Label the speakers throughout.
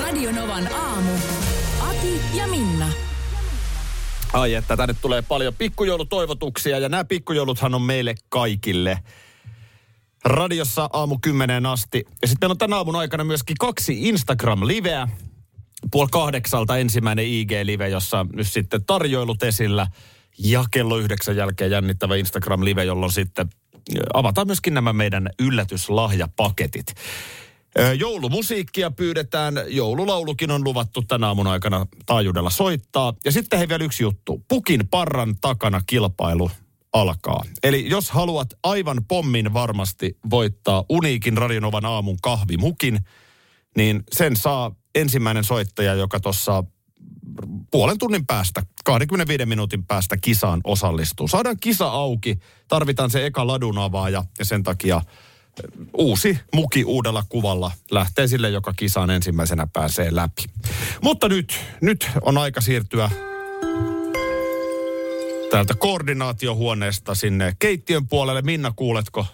Speaker 1: Radionovan aamu. Ati ja Minna.
Speaker 2: Ai että, tänne tulee paljon pikkujoulutoivotuksia ja nämä pikkujouluthan on meille kaikille. Radiossa aamu kymmeneen asti. Ja sitten meillä on tämän aamun aikana myöskin kaksi Instagram-liveä. Puoli kahdeksalta ensimmäinen IG-live, jossa on nyt sitten tarjoilut esillä. Ja kello yhdeksän jälkeen jännittävä Instagram-live, jolloin sitten avataan myöskin nämä meidän yllätyslahjapaketit. Ö, Joulumusiikkia pyydetään, joululaulukin on luvattu tänä aamun aikana taajuudella soittaa. Ja sitten hei vielä yksi juttu, pukin parran takana kilpailu alkaa. Eli jos haluat aivan pommin varmasti voittaa uniikin Radionovan aamun kahvimukin, niin sen saa ensimmäinen soittaja, joka tuossa puolen tunnin päästä, 25 minuutin päästä kisaan osallistuu. Saadaan kisa auki, tarvitaan se eka ladun avaaja ja sen takia uusi muki uudella kuvalla lähtee sille, joka kisaan ensimmäisenä pääsee läpi. Mutta nyt, nyt on aika siirtyä täältä koordinaatiohuoneesta sinne keittiön puolelle. Minna, kuuletko?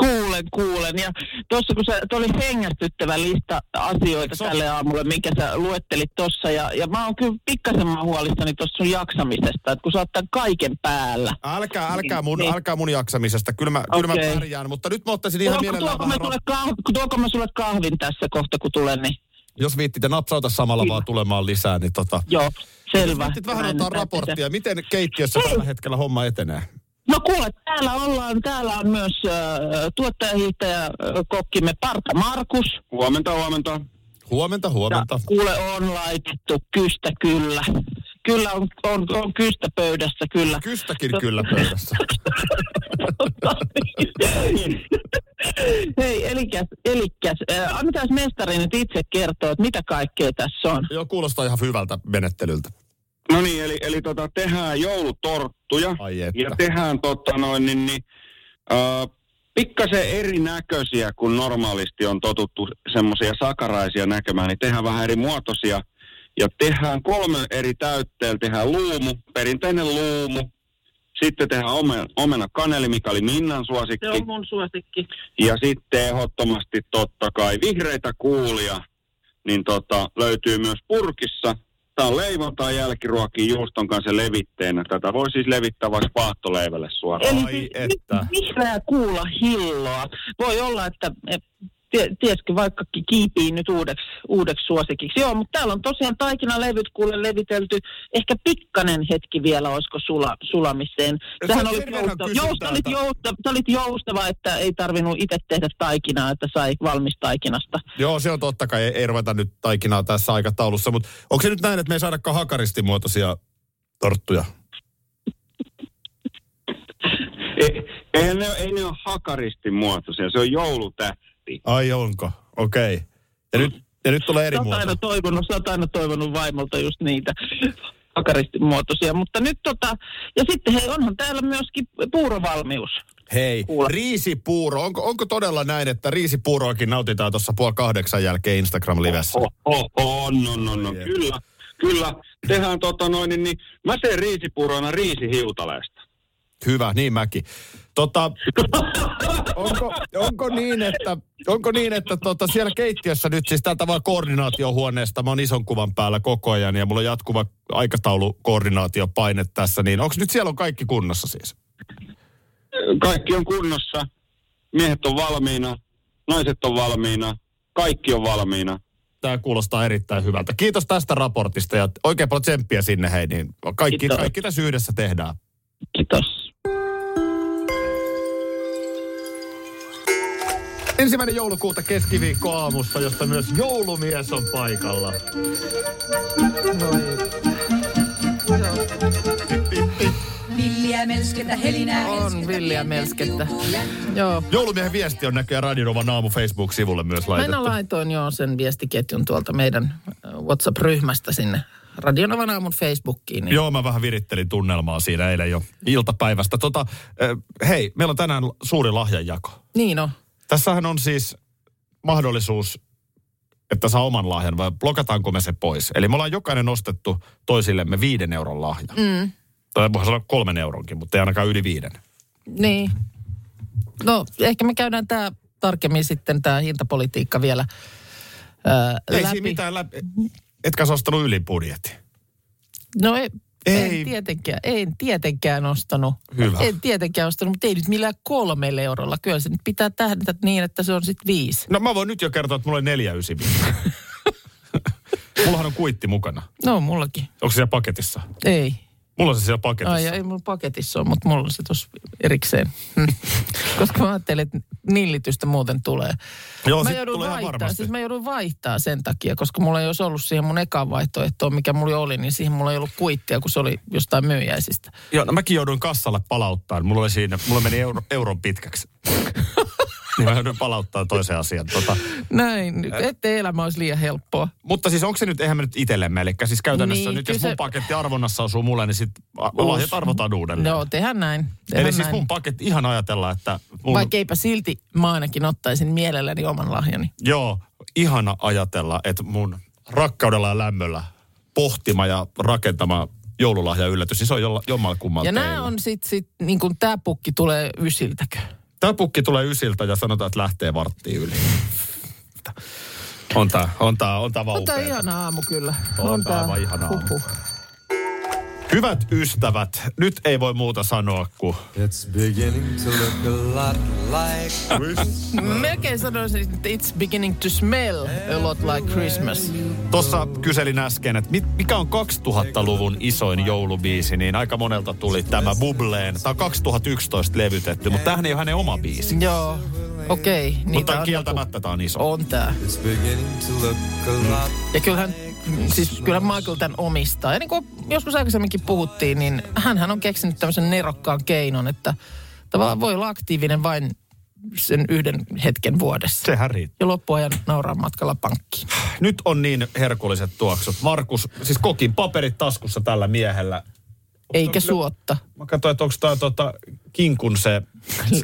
Speaker 3: Kuulen, kuulen. Ja tuossa kun se oli hengästyttävä lista asioita
Speaker 2: Eikö se
Speaker 3: so.
Speaker 2: ole?
Speaker 3: tälle aamulle, minkä sä luettelit tuossa. Ja, ja mä oon kyllä pikkasen mä oon huolissani tuossa sun jaksamisesta, että kun sä oot tämän kaiken päällä.
Speaker 2: Älkää, älkää
Speaker 3: Niin,
Speaker 2: mun,
Speaker 3: niin.
Speaker 2: älkää mun jaksamisesta. Kyllä mä, kyllä
Speaker 3: Okei.
Speaker 2: mä pärjään, mutta nyt mä ottaisin ihan
Speaker 3: Tuoko,
Speaker 2: mielellään
Speaker 3: tuoko, mä
Speaker 2: vähän
Speaker 3: sulle
Speaker 2: rap-
Speaker 3: kahvin, tuoko mä sulle kahvin tässä kohta, kun tulen, niin
Speaker 2: Jos viittitte napsauta samalla
Speaker 3: Kyllä.
Speaker 2: vaan tulemaan lisää, niin tota...
Speaker 3: joo,
Speaker 2: Jos
Speaker 3: selvä.
Speaker 2: viittit vähän
Speaker 3: Näin
Speaker 2: ottaa
Speaker 3: pitää tehdä.
Speaker 2: raporttia, miten keittiössä
Speaker 3: Hei.
Speaker 2: tällä hetkellä homma etenee?
Speaker 3: No kuule, täällä ollaan, täällä on myös äh, tuottajahiihtäjä äh, kokkimme Parta Markus.
Speaker 4: Huomenta, huomenta.
Speaker 2: Huomenta, huomenta.
Speaker 3: Ja No, kuule, on laitettu kystä kyllä. Kyllä on, on, on kystä pöydässä, kyllä.
Speaker 2: Kystäkin kyllä pöydässä.
Speaker 3: Hei, elikäs, elikäs. Äh, annetaan mestari nyt itse kertoa, että mitä kaikkea tässä on.
Speaker 2: Joo, kuulostaa ihan hyvältä menettelyltä.
Speaker 4: No niin, eli, eli tota, tehdään joulutorttuja
Speaker 2: Ai että.
Speaker 4: ja tehdään tota noin, niin, niin, äh, pikkasen erinäköisiä kuin normaalisti on totuttu semmoisia sakaraisia näkemään, niin tehdään vähän eri muotoisia. Ja tehdään kolme eri täytteellä, tehdään luumu, perinteinen luumu, sitten tehdään omen, omena kaneli, mikä oli Minnan suosikki.
Speaker 3: mun suosikki.
Speaker 4: Ja sitten ehdottomasti totta kai vihreitä kuulia, niin tota, löytyy myös purkissa. Tämä on leivontaa jälkiruokin juuston kanssa levitteenä. Tätä voi siis levittää vaikka paahtoleivälle suoraan.
Speaker 3: Eli
Speaker 2: Ai
Speaker 3: siis
Speaker 2: että.
Speaker 3: että. vihreä kuula hilloa. Voi olla, että eh, tie- tiesikö vaikka ki- kiipii nyt uudeksi, uudeksi suosikiksi. Joo, mutta täällä on tosiaan taikinalevyt kuule levitelty. Ehkä pikkanen hetki vielä, olisiko sula, sulamiseen.
Speaker 2: No
Speaker 3: Sähän
Speaker 2: se
Speaker 3: olit
Speaker 2: tervehän
Speaker 3: joustava,
Speaker 2: kysyn
Speaker 3: jousta, olit
Speaker 2: täältä.
Speaker 3: jousta, sä olit joustava, että ei tarvinnut itse tehdä taikinaa, että sai valmis taikinasta.
Speaker 2: Joo, se on totta kai. Ei, ei ruveta nyt taikinaa tässä aikataulussa, mutta onko se nyt näin, että me ei saadakaan hakaristimuotoisia torttuja?
Speaker 4: Ei, ei, E-, ne, ei ne ole hakaristin muotoisia, se on joulutähti.
Speaker 2: Ai onko? Okei. Okay. Ja, nyt, ja nyt tulee eri
Speaker 3: Sä oot
Speaker 2: muoto.
Speaker 3: aina toivonut, sä oot aina toivonut vaimolta just niitä hakaristin muotoisia. Mutta nyt tota, ja sitten hei, onhan täällä myöskin puurovalmius.
Speaker 2: Hei,
Speaker 3: Kuule.
Speaker 2: riisipuuro. Onko, onko todella näin, että riisipuuroakin nautitaan tuossa puoli kahdeksan jälkeen Instagram-livessä?
Speaker 4: Oh, oh, oh, no, no, no,
Speaker 2: Ai että.
Speaker 4: kyllä. Kyllä, tehdään tota noin, niin, niin mä teen riisipurona riisihiutaleesta.
Speaker 2: Hyvä, niin mäkin. Tota, onko, onko, niin, että, onko niin, että tota siellä keittiössä nyt, siis täältä vaan koordinaatiohuoneesta, mä oon ison kuvan päällä koko ajan ja mulla on jatkuva aikataulukoordinaatiopaine tässä, niin onko nyt siellä on kaikki kunnossa siis?
Speaker 4: Kaikki on kunnossa, miehet on valmiina, naiset on valmiina, kaikki on valmiina.
Speaker 2: Tämä kuulostaa erittäin hyvältä. Kiitos tästä raportista ja oikein paljon tsemppiä sinne hei, niin kaikki,
Speaker 3: Kiitos.
Speaker 2: kaikki tässä yhdessä tehdään.
Speaker 3: Kiitos.
Speaker 2: Ensimmäinen joulukuuta keskiviikko aamussa, josta myös joulumies on paikalla.
Speaker 5: Villiä melskettä, helinää
Speaker 1: On villiä melskettä. Joo.
Speaker 2: Joulumiehen viesti on näköjään Radinovan aamu Facebook-sivulle myös
Speaker 1: Aina
Speaker 2: laitettu.
Speaker 1: laitoin jo sen viestiketjun tuolta meidän äh, WhatsApp-ryhmästä sinne Radionavan aamun Facebookiin. Niin
Speaker 2: Joo, mä vähän virittelin tunnelmaa siinä eilen jo iltapäivästä. Tota, äh, hei, meillä on tänään suuri lahjanjako.
Speaker 1: Niin on.
Speaker 2: Tässähän on siis mahdollisuus, että saa oman lahjan vai blokataanko me se pois. Eli me ollaan jokainen ostettu toisillemme viiden euron lahja. Mm. Tai voihan sanoa kolmen euronkin, mutta ei ainakaan yli viiden.
Speaker 1: Niin. No, ehkä me käydään tämä tarkemmin sitten tämä hintapolitiikka vielä ää,
Speaker 2: Ei
Speaker 1: läpi.
Speaker 2: siinä mitään läpi. Etkä sä ostanut yli budjetin.
Speaker 1: No ei,
Speaker 2: Ei.
Speaker 1: En, tietenkään, en tietenkään ostanut.
Speaker 2: Hyvä.
Speaker 1: En tietenkään ostanut, mutta ei nyt millään kolmella eurolla. Kyllä se nyt pitää tähdätä niin, että se on sitten viisi.
Speaker 2: No mä voin nyt jo kertoa, että mulla oli neljä ysi viisi. Mullahan on kuitti mukana.
Speaker 1: No mullakin.
Speaker 2: Onko se siellä paketissa?
Speaker 1: Ei.
Speaker 2: Mulla on se siellä
Speaker 1: Ai,
Speaker 2: paketissa.
Speaker 1: ei mulla paketissa ole, mutta mulla on se tuossa erikseen. Hmm. Koska mä ajattelin, että nillitystä muuten tulee.
Speaker 2: Joo,
Speaker 1: mä
Speaker 2: sit
Speaker 1: joudun
Speaker 2: tulee ihan
Speaker 1: vaihtaa,
Speaker 2: varmasti.
Speaker 1: siis mä joudun vaihtaa sen takia, koska mulla ei olisi ollut siihen mun ekaan vaihtoehtoon, mikä mulla oli, niin siihen mulla ei ollut kuittia, kun se oli jostain myyjäisistä.
Speaker 2: Joo, no mäkin jouduin kassalle palauttaa. Mulla oli siinä, mulla meni euro, euron pitkäksi. niin mä joudun palauttaa toisen asian. Tota,
Speaker 1: Näin, ettei elämä olisi liian helppoa.
Speaker 2: mutta siis onko se nyt, eihän me nyt itsellemme. Eli siis käytännössä
Speaker 1: Niin,
Speaker 2: niin, nyt jos
Speaker 1: kyllä
Speaker 2: mun
Speaker 1: se-
Speaker 2: paketti arvonnassa osuu mulle, niin sit a-
Speaker 1: Uus.
Speaker 2: lahjat arvotaan uudelleen.
Speaker 1: Joo, tehän näin. Tehän
Speaker 2: Eli siis
Speaker 1: näin.
Speaker 2: mun paketti, ihan ajatella, että mun,
Speaker 1: Vaikka eipä silti, mä ainakin ottaisin mielelläni oman lahjani.
Speaker 2: Joo, ihana ajatella, että mun rakkaudella ja lämmöllä pohtima ja rakentama joululahja yllätys, niin se on jolla, jommalla kummalla
Speaker 1: Ja nämä on sit, sit niin kuin tää pukki tulee ysiltäkö.
Speaker 2: Tämä pukki tulee ysiltä ja sanotaan, että lähtee varttiin yli. On tää, on tää, on tää vaan
Speaker 1: On tää
Speaker 2: upeeta.
Speaker 1: ihana aamu kyllä.
Speaker 2: On tää aivan ihana aamu.
Speaker 1: Huhhuh.
Speaker 2: Hyvät ystävät, nyt ei voi muuta sanoa kuin...
Speaker 6: It's beginning to look a lot like
Speaker 1: Melkein sanoisin, että it's beginning to smell a lot like Christmas.
Speaker 2: Tuossa kyselin äsken, että mit- mikä on 2000-luvun isoin joulubiisi, niin aika monelta tuli tämä Bubleen. Tämä on 2011 levytetty, mutta tämähän ei ole hänen oma biisi.
Speaker 1: Joo, niin okei. Okay,
Speaker 2: Mutta kieltämättä tämä on iso.
Speaker 1: On tää.
Speaker 6: it's beginning to look a lot
Speaker 1: Ja kyllähän, siis kyllähän Michael tämän omistaa. Ja niin kuin joskus aikaisemminkin puhuttiin, niin hän on keksinyt tämmöisen nerokkaan keinon, että tavallaan voi olla aktiivinen vain sen yhden hetken vuodessa.
Speaker 2: Sehän riittää.
Speaker 1: Ja loppuajan nauraa matkalla pankkiin.
Speaker 2: Nyt on niin herkulliset tuoksut. Markus, siis kokin paperit taskussa tällä miehellä.
Speaker 1: Eikä suotta.
Speaker 2: Mä katsoin, että onko tämä tota, kinkun se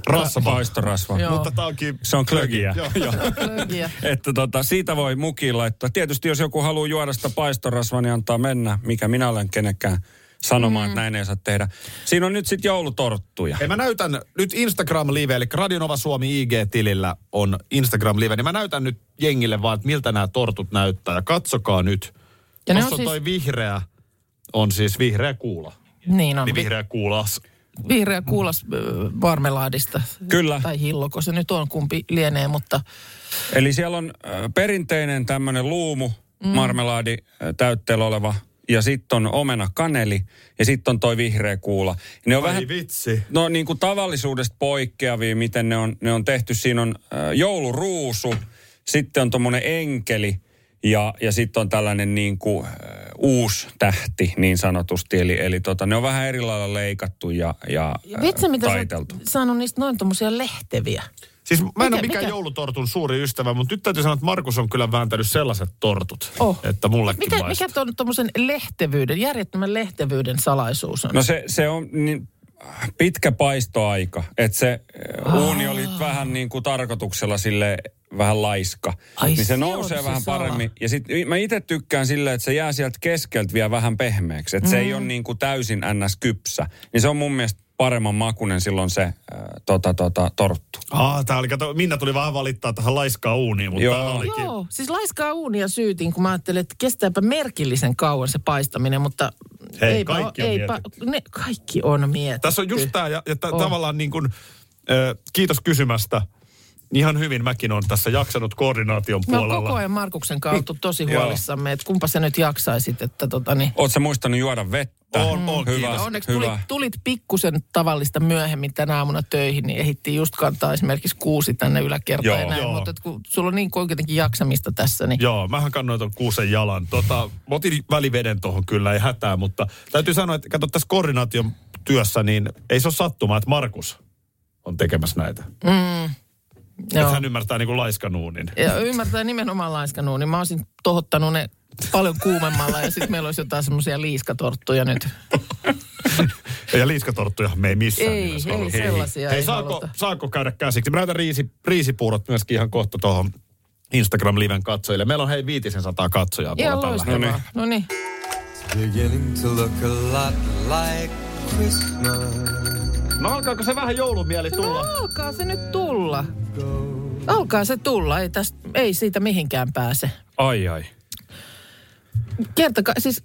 Speaker 2: rasva.
Speaker 7: Paistorasva.
Speaker 1: Joo.
Speaker 2: Mutta tämä onkin...
Speaker 7: Se on klögiä.
Speaker 2: Joo, joo.
Speaker 1: Klögiä.
Speaker 7: Että tota, siitä voi mukiin laittaa. Tietysti jos joku haluaa juoda sitä paistorasvaa, niin antaa mennä, mikä minä olen kenekään sanomaan, mm. että näin ei saa tehdä. Siinä on nyt sitten joulutorttuja.
Speaker 2: Hei, mä näytän nyt Instagram-live, eli Radionova Suomi IG-tilillä on Instagram-live, niin mä näytän nyt jengille vaan, että miltä nämä tortut näyttää. Ja katsokaa nyt.
Speaker 1: Ja
Speaker 2: Ja
Speaker 1: ne
Speaker 2: Tuossa
Speaker 1: on
Speaker 2: on
Speaker 1: siis-
Speaker 2: toi vihreä, on siis vihreä kuula.
Speaker 1: Niin on.
Speaker 2: Niin vihreä kuulas.
Speaker 1: Vihreä kuulas ö, marmelaadista.
Speaker 7: Kyllä.
Speaker 1: Tai hilloko se nyt on, kumpi lienee, mutta
Speaker 7: Eli siellä on äh, perinteinen tämmöinen luumu, mm. marmelaadi äh, täytteellä oleva, ja sitten on omena kaneli, ja sitten on toi vihreä kuula. Ne on vähän,
Speaker 2: Ai vitsi.
Speaker 7: no niin kuin tavallisuudesta poikkeavia, miten ne on, ne on tehty. Siinä on äh, jouluruusu, sitten on tuommoinen enkeli, ja, ja sitten on tällainen niin kuin, äh, uusi tähti niin sanotusti. Eli, eli tota, ne on vähän eri lailla leikattu ja, ja äh,
Speaker 1: vitsi mitä sä
Speaker 7: taiteltu.
Speaker 1: oot saanut niistä noin tommosia lehteviä.
Speaker 2: Siis mä en mikä,
Speaker 1: Mikä-
Speaker 2: ole mikään
Speaker 1: mikä?
Speaker 2: joulutortun suuri ystävä, mutta nyt täytyy sanoa, että Markus on kyllä vääntänyt sellaiset tortut,
Speaker 1: Oh.
Speaker 2: että mullekin
Speaker 1: Mikä,
Speaker 2: maistuu.
Speaker 1: mikä tuon tuommoisen lehtevyyden, järjettömän lehtevyyden salaisuus on?
Speaker 7: No se, se on niin pitkä paistoaika, että se Aa. uuni oli
Speaker 1: Ah.
Speaker 7: vähän niin kuin tarkoituksella sille vähän laiska.
Speaker 1: Ai
Speaker 7: niin
Speaker 1: se
Speaker 7: se nousee
Speaker 1: on se
Speaker 7: vähän
Speaker 1: sala.
Speaker 7: paremmin. Ja sit y- mä itse tykkään silleen, että se jää sieltä keskeltä vielä vähän pehmeäksi. Että mm. se ei ole niin kuin täysin ns. kypsä. Niin se on mun mielestä paremman makunen silloin se äh, tota, tota, torttu.
Speaker 2: Ah, tää oli, kato, Minna tuli vähän valittaa tähän laiskaa uuniin, mutta
Speaker 7: Joo.
Speaker 2: tää olikin.
Speaker 1: Joo, siis laiskaa uunia syytin, kun mä ajattelin, että kestääpä merkillisen kauan se paistaminen, mutta
Speaker 2: Hei,
Speaker 1: eipä,
Speaker 2: kaikki on mietitty.
Speaker 1: ne, kaikki on mietitty.
Speaker 2: Tässä on just tämä, ja, ja t-
Speaker 1: On.
Speaker 2: tavallaan niin kuin, ö, kiitos kysymästä. Ihan hyvin mäkin on tässä jaksanut koordinaation
Speaker 1: Me on No, koko
Speaker 2: puolella.
Speaker 1: ajan Markuksen kanssa oltu tosi
Speaker 2: Joo.
Speaker 1: huolissamme, että kumpa sä nyt jaksaisit, että tota niin.
Speaker 7: Oletko muistanut juoda vettä?
Speaker 2: On, on,
Speaker 7: hyvä,
Speaker 2: kiitos.
Speaker 1: Onneksi tulit,
Speaker 7: hyvä.
Speaker 1: tulit pikkusen tavallista myöhemmin tänä aamuna töihin, niin ehittiin just kantaa esimerkiksi kuusi tänne yläkertaan ja
Speaker 7: Joo.
Speaker 1: näin,
Speaker 2: Joo.
Speaker 1: mutta et kun sulla on niin kuitenkin jaksamista tässä, niin
Speaker 2: Joo, mähän kannoin ton kuusen jalan. Tota, mä otin väliveden tohon kyllä, ei hätää, mutta täytyy sanoa, että kato tässä koordinaation työssä, niin ei se ole sattumaa, että Markus on tekemässä näitä. Joo. Että
Speaker 1: Joo.
Speaker 2: hän ymmärtää niin kuin laiskanuunin.
Speaker 1: Ja ymmärtää nimenomaan laiskanuun, niin mä olisin tohottanut ne paljon kuumemmalla ja sitten meillä olisi jotain semmoisia liiskatorttuja nyt.
Speaker 2: Ja liiskatorttuja me ei missään
Speaker 1: Ei,
Speaker 2: nimessä
Speaker 1: ei,
Speaker 2: haluta.
Speaker 1: sellaisia
Speaker 2: Hei,
Speaker 1: ei
Speaker 2: saako,
Speaker 1: haluta.
Speaker 2: saako käydä käsiksi? Mä näytän riisi, riisipuurot myöskin ihan kohta tuohon Instagram-liven katsojille. Meillä on hei viitisen sataa katsojaa
Speaker 1: Ihan
Speaker 2: tuolla tällä
Speaker 1: loistavaa. No niin.
Speaker 6: Beginning to look a lot like Christmas.
Speaker 2: No alkaako se vähän joulumieli tulla?
Speaker 1: Alkaa se nyt tulla. Alkaa se tulla. Ei, tästä, ei siitä mihinkään pääse.
Speaker 7: Ai ai.
Speaker 1: Kertakaa, siis,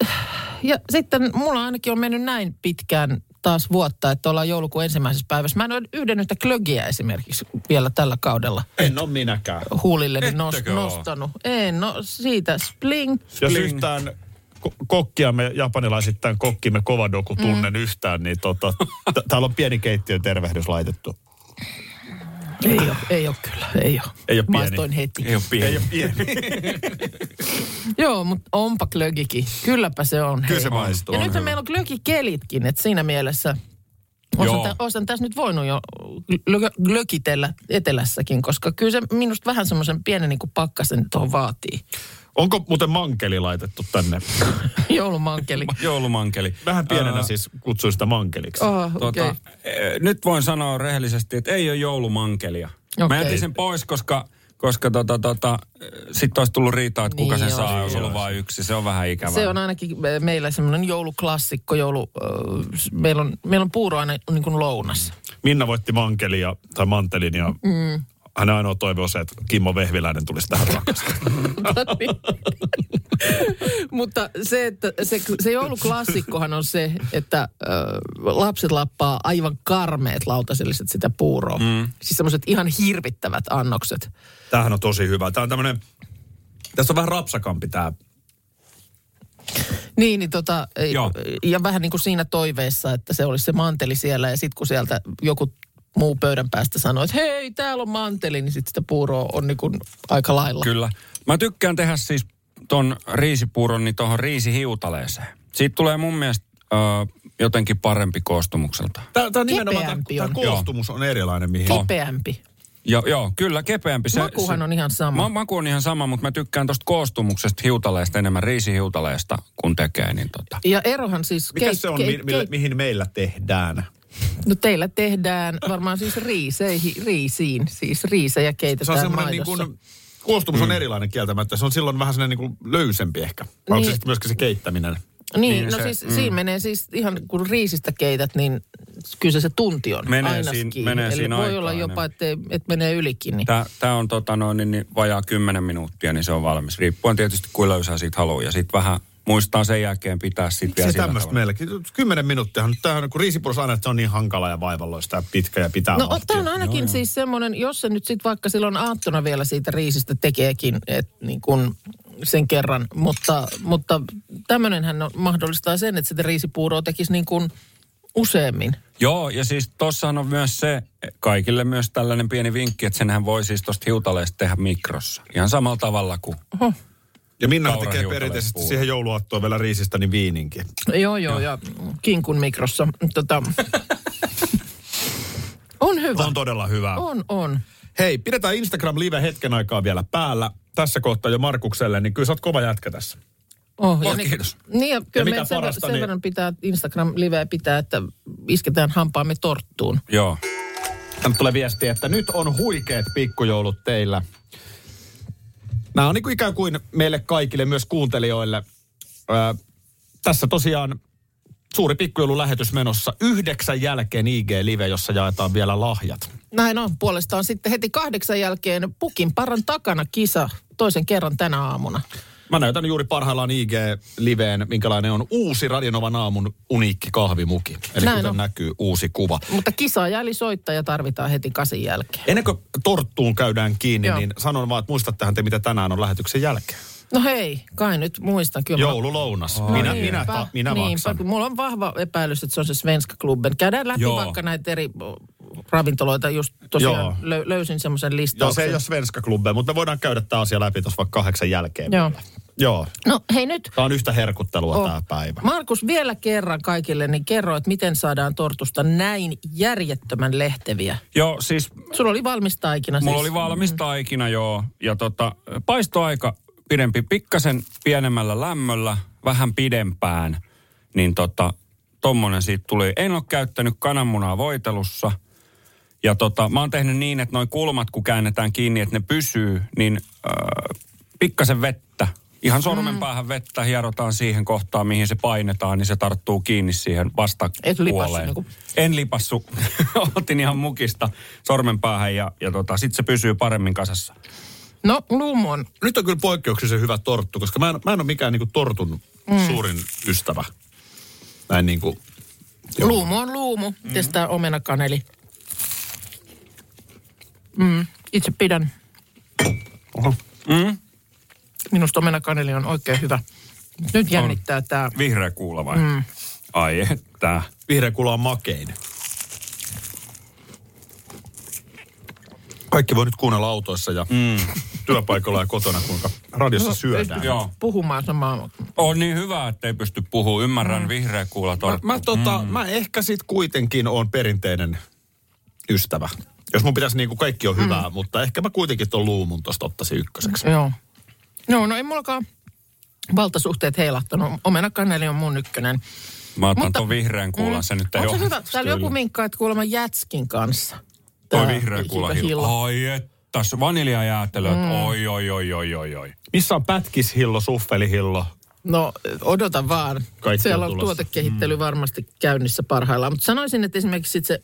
Speaker 1: ja sitten mulla ainakin on mennyt näin pitkään taas vuotta, että ollaan joulukuun ensimmäisessä päivässä. Mä en ole yhden yhtä klögiä esimerkiksi vielä tällä kaudella
Speaker 2: En ole minäkään.
Speaker 1: huulilleni nos,
Speaker 7: Ettekö oo?
Speaker 1: nostanut. En, no siitä spling.
Speaker 2: Jos
Speaker 7: Spling.
Speaker 2: yhtään ko- kokkiamme, japanilaisittain kokkimme Kovadoku tunnen mm. yhtään, niin tota, t- täällä on pieni keittiön tervehdys laitettu.
Speaker 1: Ei ole, ei ole kyllä, ei ole.
Speaker 2: Ei oo pieni.
Speaker 1: Maistoin heti.
Speaker 7: Ei ole pieni.
Speaker 2: Ei ole pieni.
Speaker 1: Joo, mutta onpa klögikin. Kylläpä se on.
Speaker 2: Kyllä
Speaker 1: hei.
Speaker 2: se maistuu.
Speaker 1: Ja
Speaker 2: On
Speaker 1: nyt
Speaker 2: hyvä.
Speaker 1: meillä on klökikelitkin, että siinä mielessä... Osan,
Speaker 7: Joo.
Speaker 1: tä, osan tässä nyt voinut jo glö- glökitellä etelässäkin, koska kyllä se minusta vähän semmoisen pienen niin pakkasen tuohon vaatii.
Speaker 2: Onko muuten mankeli laitettu tänne?
Speaker 1: Joulumankeli.
Speaker 7: Joulumankeli.
Speaker 2: Vähän pienenä
Speaker 7: Ää,
Speaker 2: siis kutsuin sitä mankeliksi.
Speaker 1: Oh,
Speaker 7: Tuota,
Speaker 1: okay.
Speaker 7: eh, Nyt voin sanoa rehellisesti, että ei ole joulumankelia. Okay. Mä
Speaker 1: Okei.
Speaker 7: jätin sen pois, koska, koska tota, tota, sitten olisi tullut riitaa, että kuka
Speaker 1: Niin
Speaker 7: sen
Speaker 1: joo.
Speaker 7: saa, jos on ollut vain yksi. Se on vähän ikävää.
Speaker 1: Se on ainakin me- meillä semmoinen jouluklassikko. Joulu, äh, s- meillä, on, meillä on puuro aina niin kuin lounas.
Speaker 2: Minna voitti mankelin ja, tai mantelin ja mm. hänen ainoa toive on se, että Kimmo Vehviläinen tulisi tähän takaisin.
Speaker 1: Mutta se, että se, se jouluklassikkohan on se, että äh, lapset lappaa aivan karmeet lautaselliset sitä puuroa. Mm. Siis semmoiset ihan hirvittävät annokset.
Speaker 2: Tämähän on tosi hyvä. Tämä on tämmöinen, tässä on vähän rapsakampi tämä.
Speaker 1: Niin, niin tota, ei-
Speaker 7: Joo.
Speaker 1: ja vähän niin kuin siinä toiveessa, että se olisi se manteli siellä ja sitten kun sieltä joku muu pöydän päästä sanoo, että hei, täällä on manteli, niin sitten sitä puuroa on niin kuin aika lailla.
Speaker 7: Kyllä. Mä tykkään tehdä siis ton riisipuuron niin tuohon riisihiutaleeseen. Siitä tulee mun mielestä ö, jotenkin parempi koostumukselta.
Speaker 2: Tämä, tämä nimenomaan tämä,
Speaker 1: Kepeämpi
Speaker 2: tämä
Speaker 1: on.
Speaker 2: koostumus on erilainen mihin.
Speaker 1: Kipeämpi.
Speaker 7: Joo, joo kyllä, kepeämpi. Se,
Speaker 1: Makuhan
Speaker 7: se,
Speaker 1: on ihan sama.
Speaker 7: Ma, maku on ihan sama, mutta mä tykkään tuosta koostumuksesta hiutaleesta enemmän, riisihiutaleesta, kun tekee. Niin tota.
Speaker 1: Ja erohan siis...
Speaker 2: Mikä
Speaker 1: kei-
Speaker 2: se on,
Speaker 1: kei-
Speaker 2: mi- millä,
Speaker 1: kei-
Speaker 2: mihin meillä tehdään?
Speaker 1: No teillä tehdään varmaan siis riiseihin, riisiin, siis riisejä
Speaker 2: Se on
Speaker 1: keitetään
Speaker 2: semmoinen niin
Speaker 1: maidossa.
Speaker 2: kuin, koostumus on erilainen kieltämättä. Se on silloin vähän sellainen niin kuin löysempi ehkä. Vai niin. onko se
Speaker 1: Niin.
Speaker 2: sitten myöskin se keittäminen?
Speaker 1: niin,
Speaker 7: niin
Speaker 1: no
Speaker 7: se-
Speaker 1: siis siinä menee siis ihan kun riisistä keität, niin kyllä se, se tunti on
Speaker 7: Menee
Speaker 1: aina
Speaker 7: siinä-
Speaker 1: kiinni.
Speaker 7: menee
Speaker 1: Eli
Speaker 7: siinä
Speaker 1: voi
Speaker 7: aikaa
Speaker 1: olla jopa,
Speaker 7: enemmän.
Speaker 1: että et menee ylikin. Niin.
Speaker 7: Tämä, tämä on tota noin, niin, niin vajaa 10 minuuttia, niin se on valmis. Riippuen tietysti, kuinka löysää siitä haluaa. Ja sitten vähän muistaa sen jälkeen pitää sit vielä
Speaker 2: Se
Speaker 7: sillä
Speaker 2: tämmöistä
Speaker 7: tavalla.
Speaker 2: meilläkin. Kymmenen minuuttia. Tämähän on, kun riisipurossa aina, että se on niin hankala ja vaivalloista ja pitkä ja pitää
Speaker 1: No
Speaker 2: vauhtia.
Speaker 1: tämä on ainakin joo, siis semmoinen, jos se nyt sitten vaikka silloin aattona vielä siitä riisistä tekeekin, että niin kun sen kerran, mutta, mutta tämmöinenhän on- mahdollistaa sen, että sitä riisipuuroa tekisi niin kuin useammin.
Speaker 7: Joo, ja siis tossahan on myös se, kaikille myös tällainen pieni vinkki, että senhän voi siis tuosta hiutaleesta tehdä mikrossa. Ihan samalla tavalla kuin
Speaker 2: Ja Minna
Speaker 7: Kaura
Speaker 2: tekee
Speaker 7: hiukaleen
Speaker 2: perinteisesti
Speaker 7: puuro.
Speaker 2: siihen jouluaattoon vielä riisistä niin viininkin.
Speaker 1: Joo, joo, ja kinkun mikrossa. Tota, on hyvä.
Speaker 2: On todella hyvää.
Speaker 1: On, on.
Speaker 2: Hei, pidetään Instagram live hetken aikaa vielä päällä. Tässä kohtaa jo Markukselle, niin kyllä sä oot kova jätkä tässä.
Speaker 1: Oh,
Speaker 7: Oh, kiitos.
Speaker 1: Niin, niin ja
Speaker 2: mikä
Speaker 1: kyllä meidän sen,
Speaker 2: parasta,
Speaker 1: sen
Speaker 2: niin-
Speaker 1: verran pitää Instagram-liveä pitää, että isketään hampaamme torttuun.
Speaker 7: Joo.
Speaker 2: Tänne tulee viesti, että nyt on huikeet pikkujoulut teillä. Nämä on niin kuin ikään kuin meille kaikille, myös kuuntelijoille. Öö, tässä tosiaan suuri pikkujoululähetys menossa. Yhdeksän jälkeen IG-live, jossa jaetaan vielä lahjat.
Speaker 1: Näin on. Puolestaan sitten heti kahdeksan jälkeen Pukin paran takana kisa toisen kerran tänä aamuna.
Speaker 2: Mä näytän juuri parhaillaan IG-liveen, minkälainen on uusi Radionovan aamun uniikki kahvimuki. Eli
Speaker 1: Näin
Speaker 2: Näin kuten
Speaker 1: on.
Speaker 2: näkyy, uusi kuva.
Speaker 1: Mutta kisaaja eli soittaja tarvitaan heti kasin jälkeen.
Speaker 2: Ennen kuin torttuun käydään kiinni, Joo.
Speaker 1: Joo.
Speaker 2: niin sanon vaan, että muistattehan te, mitä tänään on lähetyksen jälkeen.
Speaker 1: No hei, kai nyt muistan. Kyllä mä-
Speaker 2: Joululounas. Oh, minä, minä,
Speaker 1: Niinpä,
Speaker 2: ta, minä
Speaker 1: niinpä,
Speaker 2: maksan.
Speaker 1: kun Mulla on vahva epäilys, että se on se Svenska Klubben. Käydään läpi
Speaker 7: Joo.
Speaker 1: Joo. vaikka näitä eri o, ravintoloita. Just tosiaan
Speaker 2: Joo.
Speaker 1: lö, löysin semmoisen
Speaker 2: Joo, se
Speaker 1: listauksen.
Speaker 2: ei ole svenska klubbe, mutta me voidaan käydä tämä asia läpi tuossa vaikka kahdeksan jälkeen.
Speaker 1: Joo.
Speaker 2: Joo.
Speaker 1: No hei nyt,
Speaker 2: Tämä on yhtä herkuttelua
Speaker 1: Oh.
Speaker 2: tämä päivä.
Speaker 1: Markus vielä kerran kaikille, niin kerro, että miten saadaan tortusta näin järjettömän lehteviä.
Speaker 7: Joo, siis
Speaker 1: Sulla oli valmis taikina siis.
Speaker 7: Mulla oli valmis taikina, joo. Ja tota, paistoaika pidempi, pikkasen pienemmällä lämmöllä, vähän pidempään. Niin tota, tommonen siitä tuli. En ole käyttänyt kananmunaa voitelussa. Ja tota, mä oon tehnyt niin, että noin kulmat kun käännetään kiinni, että ne pysyy, niin äh, pikkasen vettä. Ihan sormen
Speaker 1: Mm.
Speaker 7: päähän vettä hierotaan siihen kohtaan, mihin se painetaan, niin se tarttuu kiinni
Speaker 1: Et
Speaker 7: siihen
Speaker 1: lipassu
Speaker 7: vastapuoleen.
Speaker 1: niinku?
Speaker 7: En lipassu. Otin ihan mukista sormen päähän ja, ja tota, sitten se pysyy paremmin kasassa.
Speaker 1: No Lumon,
Speaker 2: Nyt on kyllä poikkeuksellisen hyvä torttu, koska mä en, mä en ole mikään niinku tortun mm. suurin ystävä. Näin niinku...
Speaker 1: luumu on luumu. Mm. Testää omenakaneli. Mm, itse pidän.
Speaker 2: Oho.
Speaker 7: Mm.
Speaker 1: Minusta omenakaneli on oikein hyvä. Mut Nyt jännittää tämä.
Speaker 7: Vihreä kuula vai? Mm. Ai että.
Speaker 2: Vihreä kula on makein. Kaikki voi nyt kuunnella autoissa ja mm. työpaikalla ja kotona, kuinka
Speaker 1: No,
Speaker 2: radiossa syödään.
Speaker 7: Joo.
Speaker 1: Puhumaan samaa.
Speaker 7: On niin hyvä, ettei pysty puhumaan. Ymmärrän mm. vihreä kuula
Speaker 2: Mä,
Speaker 7: torttu.
Speaker 2: mä, tota, mm. mä ehkä sit kuitenkin on perinteinen ystävä. Jos mun pitäisi niinku kaikki on hyvää, mm. mutta ehkä mä kuitenkin ton luumun tosta ottaisin ykköseksi.
Speaker 1: Joo. No, no ei mullakaan valtasuhteet heilahtanut. Omenakaneli on mun ykkönen.
Speaker 7: Mä otan
Speaker 1: Mutta- Mm.
Speaker 7: ton vihreän kuulan, se nyt ei
Speaker 1: Onko
Speaker 7: ole.
Speaker 1: se hyvä? Täällä joku vinkkaa, että kuulemma Jätskin kanssa.
Speaker 7: Toi
Speaker 1: Tää
Speaker 7: vihreä kuula
Speaker 1: hillo.
Speaker 7: hillo. Ai että, se vaniljajäätelöt. Mm. Oi, oi, oi, oi, oi, oi.
Speaker 2: Missä on pätkishillo, suffelihillo?
Speaker 1: No odota vaan.
Speaker 2: Kaikki
Speaker 1: Siellä
Speaker 2: on
Speaker 1: on
Speaker 2: tulossa.
Speaker 1: tuotekehittely mm. varmasti käynnissä parhaillaan. Mutta sanoisin, että esimerkiksi sit se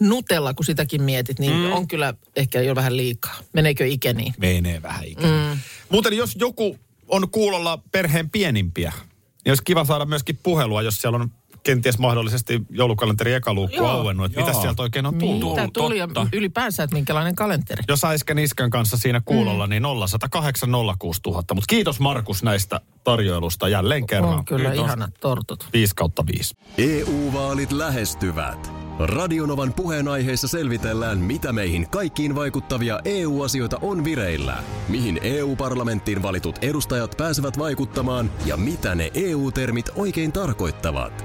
Speaker 1: Nutella, kun sitäkin mietit, niin mm. on kyllä ehkä jo vähän liikaa. Meneekö niin? ikeniin?
Speaker 2: Menee vähän ikään. Mm. Muuten jos joku on kuulolla perheen pienimpiä, niin olisi kiva saada myöskin puhelua, jos siellä on kenties mahdollisesti joulukalenteri ekaluukku
Speaker 1: Joo. Niin.
Speaker 2: auennut, että mitä
Speaker 7: Joo.
Speaker 2: sieltä oikein on tullut.
Speaker 1: Mitä tuli ja
Speaker 7: totta.
Speaker 1: ylipäänsä, että minkälainen kalenteri?
Speaker 2: Jos äisken iskän kanssa siinä kuulolla, mm. niin 0108 06000. Mutta kiitos Markus näistä tarjoilusta jälleen kerran.
Speaker 1: On kyllä ihanat tortut.
Speaker 2: 5 kautta 5.
Speaker 8: EU-vaalit E lähestyvät. Radionovan puheenaiheessa selvitellään, mitä meihin kaikkiin vaikuttavia EU-asioita on vireillä, mihin EU-parlamenttiin valitut edustajat pääsevät vaikuttamaan ja mitä ne EU-termit oikein tarkoittavat.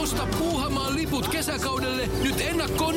Speaker 9: Osta Puuhamaan liput kesäkaudelle nyt ennakkoon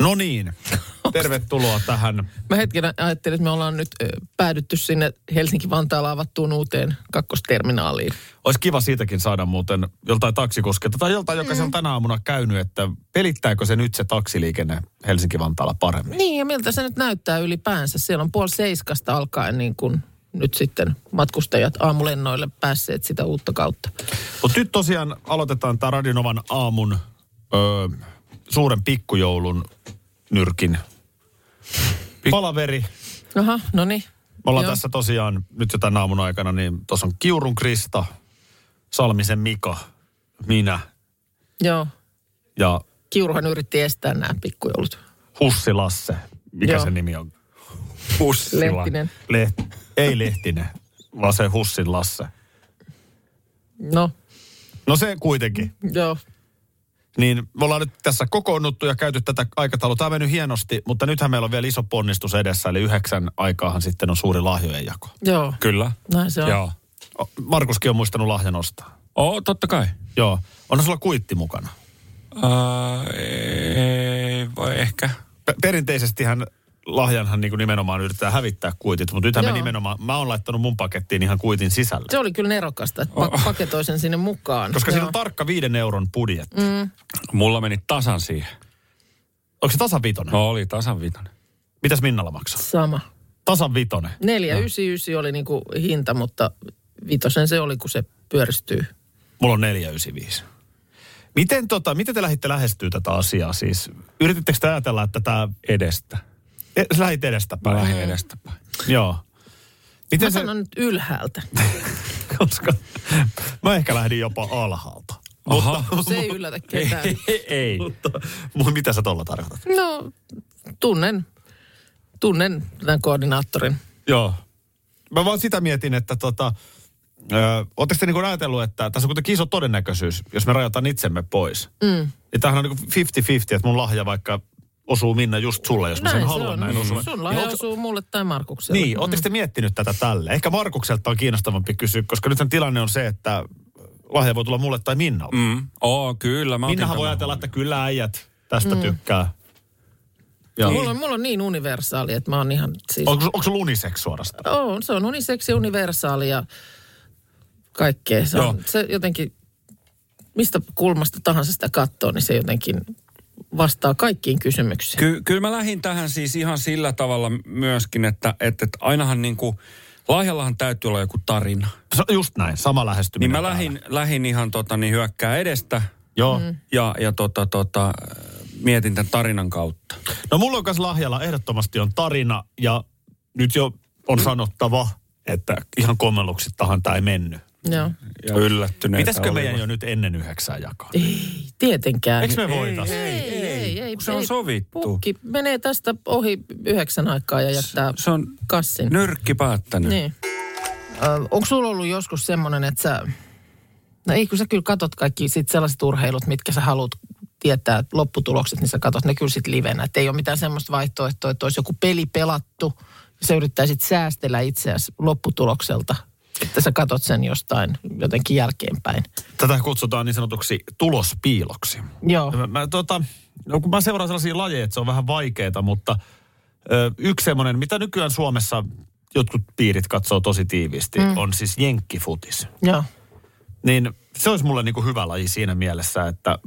Speaker 2: No niin, tervetuloa tähän.
Speaker 1: Mä hetken ajattelin, että me ollaan nyt ö, päädytty sinne Helsinki-Vantaalla avattuun uuteen kakkosterminaaliin.
Speaker 2: Olisi kiva siitäkin saada muuten joltain taksikuskelta tai joltain, joka
Speaker 1: Mm.
Speaker 2: se on tänä aamuna käynyt, että pelittääkö se nyt se taksiliikenne Helsinki-Vantaalla paremmin?
Speaker 1: Niin, ja miltä se nyt näyttää ylipäänsä? Siellä on puoli seiskasta alkaen niin kuin nyt sitten matkustajat aamulennoille päässeet sitä uutta kautta.
Speaker 2: Mutta nyt tosiaan aloitetaan tämä Radionovan aamun ö, suuren pikkujoulun nyrkin palaveri.
Speaker 1: Aha, no niin.
Speaker 2: Me ollaan
Speaker 1: Joo.
Speaker 2: tässä tosiaan nyt jo tämän aamun aikana, niin tuossa on Kiurun Krista, Salmisen Mika, minä
Speaker 1: Joo.
Speaker 2: ja
Speaker 1: Kiuruhan yritti estää nämä pikkujoulut.
Speaker 2: Hussi Lasse. Mikä
Speaker 1: Joo.
Speaker 2: se nimi on? Hussila.
Speaker 1: Lehtinen.
Speaker 2: Leht- ei Lehtinen, vaan se Hussin Lasse.
Speaker 1: No,
Speaker 2: No se kuitenkin.
Speaker 1: joo.
Speaker 2: Niin me ollaan nyt tässä kokoonnuttu ja käyty tätä aikataulua. Tämä on mennyt hienosti, mutta nythän meillä on vielä iso ponnistus edessä. Eli yhdeksän aikaahan sitten on suuri lahjojen jako.
Speaker 1: Joo.
Speaker 7: Kyllä.
Speaker 1: Näin se on.
Speaker 7: Joo.
Speaker 2: O, Markuskin on muistanut lahjan ostaa.
Speaker 7: Oo, totta kai.
Speaker 2: Joo. Onhan sulla kuitti mukana?
Speaker 7: Öö, ei, voi ehkä.
Speaker 2: P- perinteisestihän lahjanhan niin kuin nimenomaan yritetään hävittää kuitit, mutta nythän me
Speaker 1: Joo.
Speaker 2: nimenomaan, mä oon laittanut mun pakettiin ihan kuitin sisälle.
Speaker 1: Se oli kyllä nerokasta, että pak- paketoi sen sinne mukaan.
Speaker 2: Oh. Koska
Speaker 1: joo.
Speaker 2: siinä on tarkka viiden euron budjetti. Mm.
Speaker 7: Mulla meni tasan siihen.
Speaker 2: Onko se tasavitonen?
Speaker 7: No oli tasan vitonen.
Speaker 2: Mitäs Minnalla maksaa?
Speaker 1: Sama.
Speaker 2: Tasan vitonen.
Speaker 1: 499 oli niinku hinta, mutta vitosen se oli, kun se pyöristyy.
Speaker 2: Mulla on 495. Miten, tota, miten te lähditte lähestyä tätä asiaa siis? Yritittekö te ajatella, että tämä...
Speaker 7: Edestä.
Speaker 2: E, sä lähdit edestä
Speaker 7: Mä
Speaker 2: päin.
Speaker 7: lähden edestäpäin.
Speaker 2: Joo. Miten
Speaker 1: Mä sanon nyt ylhäältä.
Speaker 2: No. koska mä ehkä lähdin jopa alhaalta.
Speaker 7: Aha.
Speaker 1: Se ei yllätä ketään.
Speaker 7: Ei.
Speaker 2: Mutta mu- mitä sä tuolla tarkoitat?
Speaker 1: No, tunnen, tunnen tämän koordinaattorin.
Speaker 2: Joo. Mä vaan sitä mietin, että tota, Oletteko te niinku ajatellut, että tässä on kuitenkin iso todennäköisyys, jos me rajataan itsemme pois.
Speaker 1: Mm.
Speaker 2: Ja tämähän on niinku 50-50, että mun lahja vaikka osuu Minna just sulle, jos mä sen haluan näin osuvan.
Speaker 1: Sun
Speaker 2: Niin
Speaker 1: lahja
Speaker 2: onks-
Speaker 1: osuu mulle tai Markukselle.
Speaker 2: Niin, ootteko te miettinyt tätä tälle? Ehkä Markukselta on kiinnostavampi kysyä, koska nyt tilanne on se, että lahja voi tulla mulle tai Minnalle. Mm,
Speaker 7: Mm. Oo, kyllä. Mä otin
Speaker 2: Minnahan voi
Speaker 7: tämän
Speaker 2: ajatella, että kyllä äijät tästä mm. tykkää. Ja.
Speaker 1: Mm. Mulla, on, mulla on niin universaali, että mä oon ihan siis...
Speaker 2: Onko, onko se luniseksi suorastaan?
Speaker 1: On, se on uniseksi universaali ja kaikkea. Se,
Speaker 7: Joo.
Speaker 1: on, se jotenkin, mistä kulmasta tahansa sitä katsoo, niin se jotenkin vastaa kaikkiin kysymyksiin.
Speaker 7: Ky- kyllä mä lähdin tähän siis ihan sillä tavalla myöskin, että, että, että ainahan niin kuin, lahjallahan täytyy olla joku tarina.
Speaker 2: Sa- Just näin, sama lähestyminen.
Speaker 7: Niin mä
Speaker 2: täällä.
Speaker 7: lähdin, lähdin ihan tota, niin hyökkää edestä
Speaker 2: Joo. Mm.
Speaker 7: ja, ja tota, tota, äh, mietin tämän tarinan kautta.
Speaker 2: No mulla on kanssa lahjalla ehdottomasti on tarina ja nyt jo on sanottava, että ihan kommelluksittahan tämä ei mennyt.
Speaker 1: Joo.
Speaker 7: Ja yllättyneitä
Speaker 2: Pitäisikö meidän
Speaker 7: olivat.
Speaker 2: jo nyt ennen yhdeksää jakaa?
Speaker 1: Tietenkään.
Speaker 2: Eikö me voitais?
Speaker 1: Ei, ei, ei, ei.
Speaker 7: Se on
Speaker 1: ei.
Speaker 7: sovittu.
Speaker 1: Pukki menee tästä ohi yhdeksän aikaa ja jättää
Speaker 7: Se on
Speaker 1: kassin.
Speaker 7: nyrkki päättänyt.
Speaker 1: Niin. Ö, onko sulla ollut joskus semmoinen, että sä... No ei, kun sä kyllä katot kaikki sit sellaiset urheilut, mitkä sä haluat tietää lopputulokset, niin sä katot ne kyllä sit livenä. Että ei ole mitään semmoista vaihtoehtoa, että olisi joku peli pelattu, ja sä yrittäisit säästellä itseäsi lopputulokselta, että sä katot sen jostain jotenkin jälkeenpäin.
Speaker 2: Tätä kutsutaan niin sanotuksi tulospiiloksi.
Speaker 1: Joo.
Speaker 2: Mä, mä, tota, no, kun mä seuraan sellaisia lajeja, että se on vähän vaikeeta, mutta ö, yksi semmoinen, mitä nykyään Suomessa jotkut piirit katsoo tosi tiiviisti, mm. on siis jenkkifutis.
Speaker 1: Joo.
Speaker 2: Niin se olisi mulle niinku hyvä laji siinä mielessä, että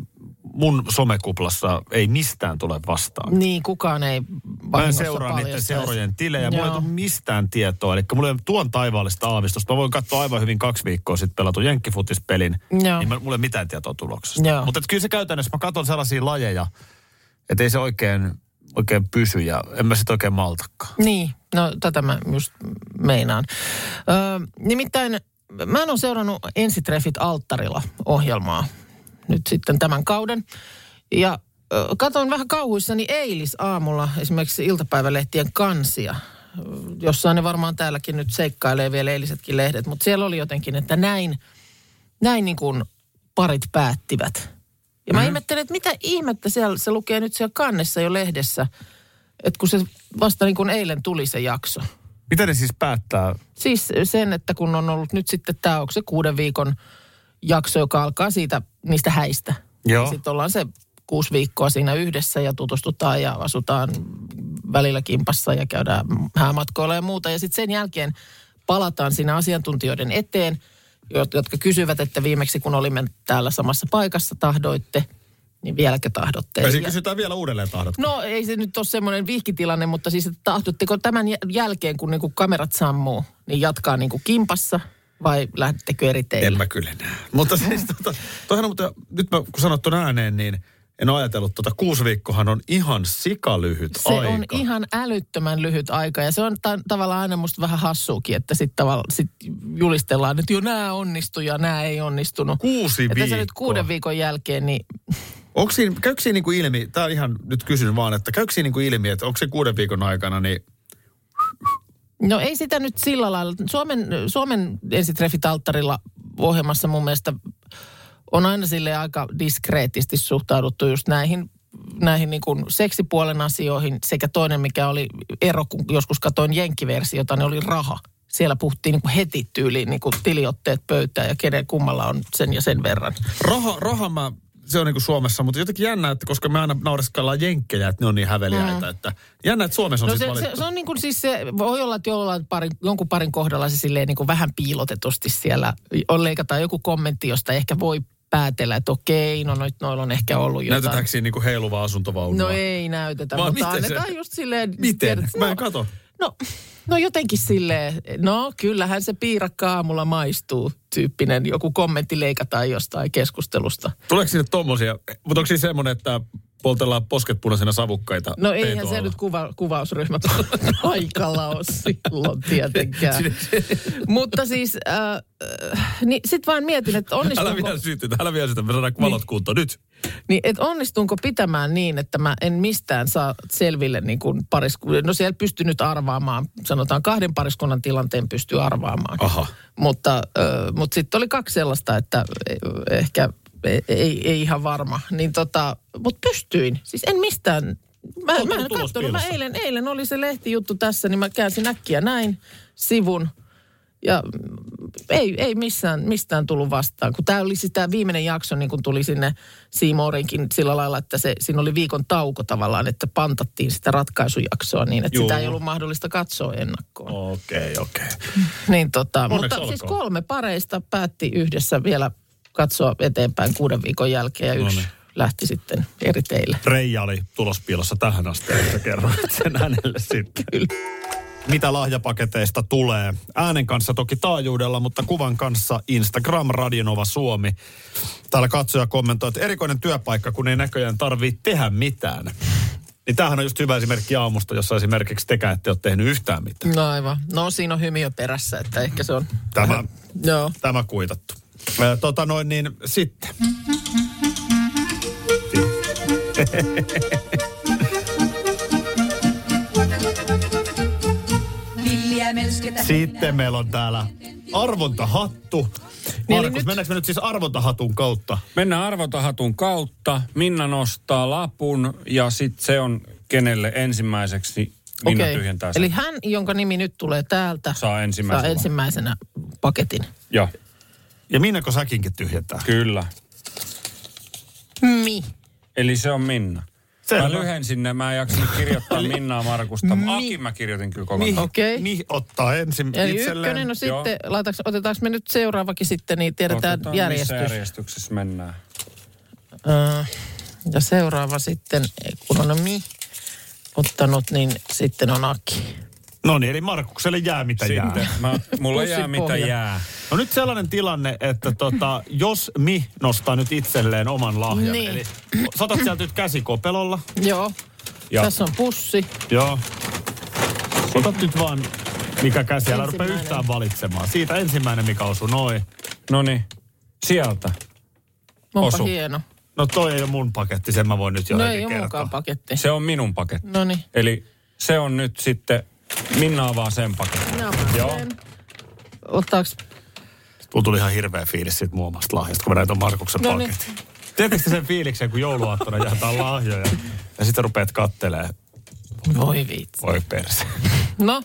Speaker 2: mun somekuplassa ei mistään tule vastaan.
Speaker 1: Niin, kukaan ei
Speaker 2: Mä en
Speaker 1: vahingossa
Speaker 2: seuraa niiden
Speaker 1: paljastaisi.
Speaker 2: seurojen tilejä, mulla ei
Speaker 1: Joo.
Speaker 2: tule mistään tietoa. Eli mulla ei ole tuon taivaallista aavistusta. Mä voin katsoa aivan hyvin kaksi viikkoa sitten pelatun jenkkifutispelin,
Speaker 1: Joo.
Speaker 2: niin mä, mulla ei ole mitään tietoa tuloksesta.
Speaker 1: Joo.
Speaker 2: Mutta et kyllä se käytännössä, mä katson sellaisia lajeja, että ei se oikein, oikein pysy ja en mä sit oikein maltakaan.
Speaker 1: Niin, no tätä mä just meinaan. Öö, nimittäin mä oon seurannut Ensitreffit alttarilla ohjelmaa nyt sitten tämän kauden. Ja öö, katsoin vähän kauhuissani eilisaamulla esimerkiksi iltapäivälehtien kansia. Öö, Jossain ne varmaan täälläkin nyt seikkailee vielä eilisetkin lehdet, mutta siellä oli jotenkin, että näin, näin niin kuin parit päättivät. Ja mä mm. ihmettelen, että mitä ihmettä siellä, se lukee nyt siellä kannessa jo lehdessä – että kun se vasta niin kuin eilen tuli se jakso.
Speaker 2: Miten ne siis päättää?
Speaker 1: Siis sen, että kun on ollut nyt sitten tämä, onko se kuuden viikon jakso, joka alkaa siitä niistä häistä.
Speaker 2: Joo.
Speaker 1: Sitten ollaan se kuusi viikkoa siinä yhdessä ja tutustutaan ja asutaan välillä kimpassa ja käydään häämatkoilla ja muuta. Ja sitten sen jälkeen palataan siinä asiantuntijoiden eteen, jo- jotka kysyvät, että viimeksi kun olimme täällä samassa paikassa tahdoitte, niin vieläkö tahdotte?
Speaker 2: Ja siinä
Speaker 1: Ja-
Speaker 2: kysytään vielä uudelleen tahdot.
Speaker 1: No ei se nyt ole semmoinen vihkitilanne, mutta siis että tahdotteko tämän jäl- jälkeen, kun niinku kamerat sammuu, niin jatkaa niinku kimpassa vai lähdettekö eri
Speaker 2: En
Speaker 1: teille?
Speaker 2: mä kyllä näe. Mutta siis tota, toihan on, mutta nyt mä, kun sanot ton ääneen, niin en ole ajatellut, tota kuusi viikkohan on ihan sikalyhyt
Speaker 1: Se
Speaker 2: aika.
Speaker 1: on ihan älyttömän lyhyt aika ja se on ta- tavallaan aina musta vähän hassuukin, että sitten tavall- sit julistellaan, että jo nämä onnistui ja nämä ei onnistunut.
Speaker 2: Kuusi
Speaker 1: Että tässä
Speaker 2: viikkoa.
Speaker 1: nyt kuuden viikon jälkeen, niin
Speaker 2: Onko siinä, käykö siinä niinku ilmi, tää on ihan nyt kysyn vaan, että käykö siinä niinku ilmi, että onko se kuuden viikon aikana, niin
Speaker 1: No ei sitä nyt sillä lailla. Suomen, Suomen ensitreffit alttarilla ohjelmassa mun mielestä on aina sille aika diskreettisti suhtauduttu just näihin, näihin niin kuin seksipuolen asioihin sekä toinen, mikä oli ero, kun joskus katsoin jenkkiversiota, ne oli raha. Siellä puhuttiin niin kuin heti tyyliin niin kuin tiliotteet pöytään ja kenen kummalla on sen ja sen verran.
Speaker 2: raha, raha mä, se on niinku Suomessa, mutta jotenkin jännä, että koska me aina naureskellaan jenkkejä, että ne on niin häveliäitä, mm. että jännä, että Suomessa on
Speaker 1: No
Speaker 2: no siis
Speaker 1: se, se,
Speaker 2: valittu.
Speaker 1: se, on niin kuin siis se, voi olla, että jollain parin, jonkun niinku parin kohdalla se silleen niin kuin vähän piilotetusti siellä on leikataan joku kommentti, josta ehkä voi päätellä, että okei, no nyt noilla on ehkä ollut jotain.
Speaker 2: Näytetäänkö siinä niinku heiluva asuntovaunua?
Speaker 1: No ei näytetä,
Speaker 2: Vaan
Speaker 1: mutta
Speaker 2: miten se-
Speaker 1: annetaan just silleen...
Speaker 2: Miten?
Speaker 1: tiedät,
Speaker 2: Mä en
Speaker 1: no,
Speaker 2: kato.
Speaker 1: No, no jotenkin silleen, no kyllähän se piirakka aamulla maistuu, tyyppinen joku kommentti leikataan jostain keskustelusta.
Speaker 2: Tuleeko sinne tommosia? Mutta onko siinä semmoinen, että poltellaan posket punaisena savukkaita?
Speaker 1: No
Speaker 2: peiton
Speaker 1: eihän se
Speaker 2: alla?
Speaker 1: nyt kuva, kuvausryhmä tuolla paikalla ole silloin tietenkään. Mutta siis, äh, äh, niin sit vaan mietin, että
Speaker 2: Älä
Speaker 1: onnistuuko,
Speaker 2: vielä syyttetä, älä vielä syytä, me saadaan valot kuntoon nyt.
Speaker 1: niin, et onnistuuko pitämään niin, että mä en mistään saa selville niin kuin pariskunnan. No siellä pystyy nyt arvaamaan, sanotaan kahden pariskunnan tilanteen pystyy arvaamaan.
Speaker 2: Aha.
Speaker 1: Mutta, äh, mutta sitten oli kaksi sellaista, että eh, ehkä ei, ei, ei ihan varma. Niin tota, mutta pystyin. Siis en mistään. Mä,
Speaker 2: Tuo-
Speaker 1: mä
Speaker 2: tuo
Speaker 1: en
Speaker 2: tulos
Speaker 1: katsonut. Mä
Speaker 2: piilossa.
Speaker 1: eilen, eilen oli se lehtijuttu tässä, niin mä käänsin äkkiä näin sivun. Ja mm, ei, ei missään, mistään tullut vastaan. Kun tämä oli siis tämä viimeinen jakso, niin kun tuli sinne Siimoorinkin sillä lailla, että se, siinä oli viikon tauko tavallaan, että pantattiin sitä ratkaisujaksoa niin, että
Speaker 2: Juu.
Speaker 1: sitä ei ollut mahdollista katsoa ennakkoon.
Speaker 2: Okei, okei.
Speaker 1: Niin tota,
Speaker 2: Onneksi
Speaker 1: mutta
Speaker 2: olkoon.
Speaker 1: siis kolme pareista päätti yhdessä vielä katsoa eteenpäin kuuden viikon jälkeen ja yksi
Speaker 2: No niin.
Speaker 1: lähti sitten eri teille.
Speaker 2: Reija oli tulospiilossa tähän asti, että kerroit sen hänelle sitten. Mitä lahjapaketeista tulee? Äänen kanssa toki taajuudella, mutta kuvan kanssa Instagram Radionova Suomi. Täällä katsoja kommentoi, että erikoinen työpaikka, kun ei näköjään tarvitse tehdä mitään. Niin tämähän on just hyvä esimerkki aamusta, jossa esimerkiksi tekään ette ole tehnyt yhtään mitään.
Speaker 1: No aivan. No siinä on hymiö perässä, että ehkä se on...
Speaker 2: Tämä,
Speaker 1: Joo.
Speaker 2: tämä kuitattu. Ö, Tota noin, niin sitten.
Speaker 5: Villiä melskettä.
Speaker 2: Sitten meillä on täällä arvontahattu.
Speaker 1: Niin, eli
Speaker 2: Markus,
Speaker 1: nyt-
Speaker 2: mennäänkö me nyt siis arvontahatun kautta?
Speaker 7: Mennään arvotahatun kautta. Minna nostaa lapun ja sitten se on kenelle ensimmäiseksi. Minna
Speaker 1: Okei.
Speaker 7: tyhjentää sen.
Speaker 1: Eli hän, jonka nimi nyt tulee täältä,
Speaker 7: Saa ensimmäisen
Speaker 1: saa
Speaker 7: vaan.
Speaker 1: ensimmäisenä paketin.
Speaker 7: Joo,
Speaker 2: Ja Minnako säkinkin tyhjentää?
Speaker 7: kyllä.
Speaker 1: Mi.
Speaker 7: Eli se on Minna.
Speaker 2: Selvä.
Speaker 7: Mä lyhensin ne, mä en jaksanut kirjoittaa Minnaa Markusta. Aki mä kirjoitin kyllä koko ajan.
Speaker 1: Okei.
Speaker 2: Niin ottaa ensin
Speaker 1: Eli
Speaker 2: itselleen.
Speaker 1: ykkönen on
Speaker 7: Joo.
Speaker 1: sitten, laitaks, otetaanko me nyt seuraavakin sitten, niin tiedetään
Speaker 7: Katsotaan,
Speaker 1: järjestys.
Speaker 7: Missä järjestyksessä mennään.
Speaker 1: Ö, ja seuraava sitten, kun on mi ottanut, niin sitten on Aki.
Speaker 2: No niin, eli Markukselle jää mitä
Speaker 7: Sitten.
Speaker 2: jää.
Speaker 7: Mä, mulla jää
Speaker 1: Pussin
Speaker 7: mitä
Speaker 1: pohja.
Speaker 7: jää.
Speaker 2: No nyt sellainen tilanne, että tota, jos Mi nostaa nyt itselleen oman lahjan.
Speaker 1: Niin.
Speaker 2: Eli saatat sieltä nyt käsikopelolla.
Speaker 1: Joo.
Speaker 7: Ja.
Speaker 1: Ja. Tässä on pussi.
Speaker 2: Joo. Otat nyt vaan mikä käsi, älä rupea
Speaker 1: Ensimmäinen.
Speaker 2: yhtään valitsemaan. Siitä ensimmäinen, mikä osuu noin.
Speaker 7: No niin, sieltä.
Speaker 1: Onpa
Speaker 7: Osu.
Speaker 1: hieno.
Speaker 2: No toi ei ole mun paketti, sen mä voin nyt jo
Speaker 1: no
Speaker 2: heti
Speaker 1: ei ole
Speaker 2: kertoa.
Speaker 1: mukaan paketti.
Speaker 7: Se on minun paketti.
Speaker 1: No niin.
Speaker 7: Eli se on nyt sitten, Minna avaa sen paketin.
Speaker 1: Minä otan
Speaker 7: Joo.
Speaker 1: sen. Ottaako?
Speaker 2: Mulla tuli ihan hirveä fiilis siitä mun omasta lahjasta, kun mä näin ton Markuksen
Speaker 1: No niin.
Speaker 2: paketin. Tiedättekö te sen fiiliksen, kun jouluaattona jaetaan lahjoja ja sitten rupeat kattelee,
Speaker 1: Voi viitsi.
Speaker 2: voi perse.
Speaker 1: No,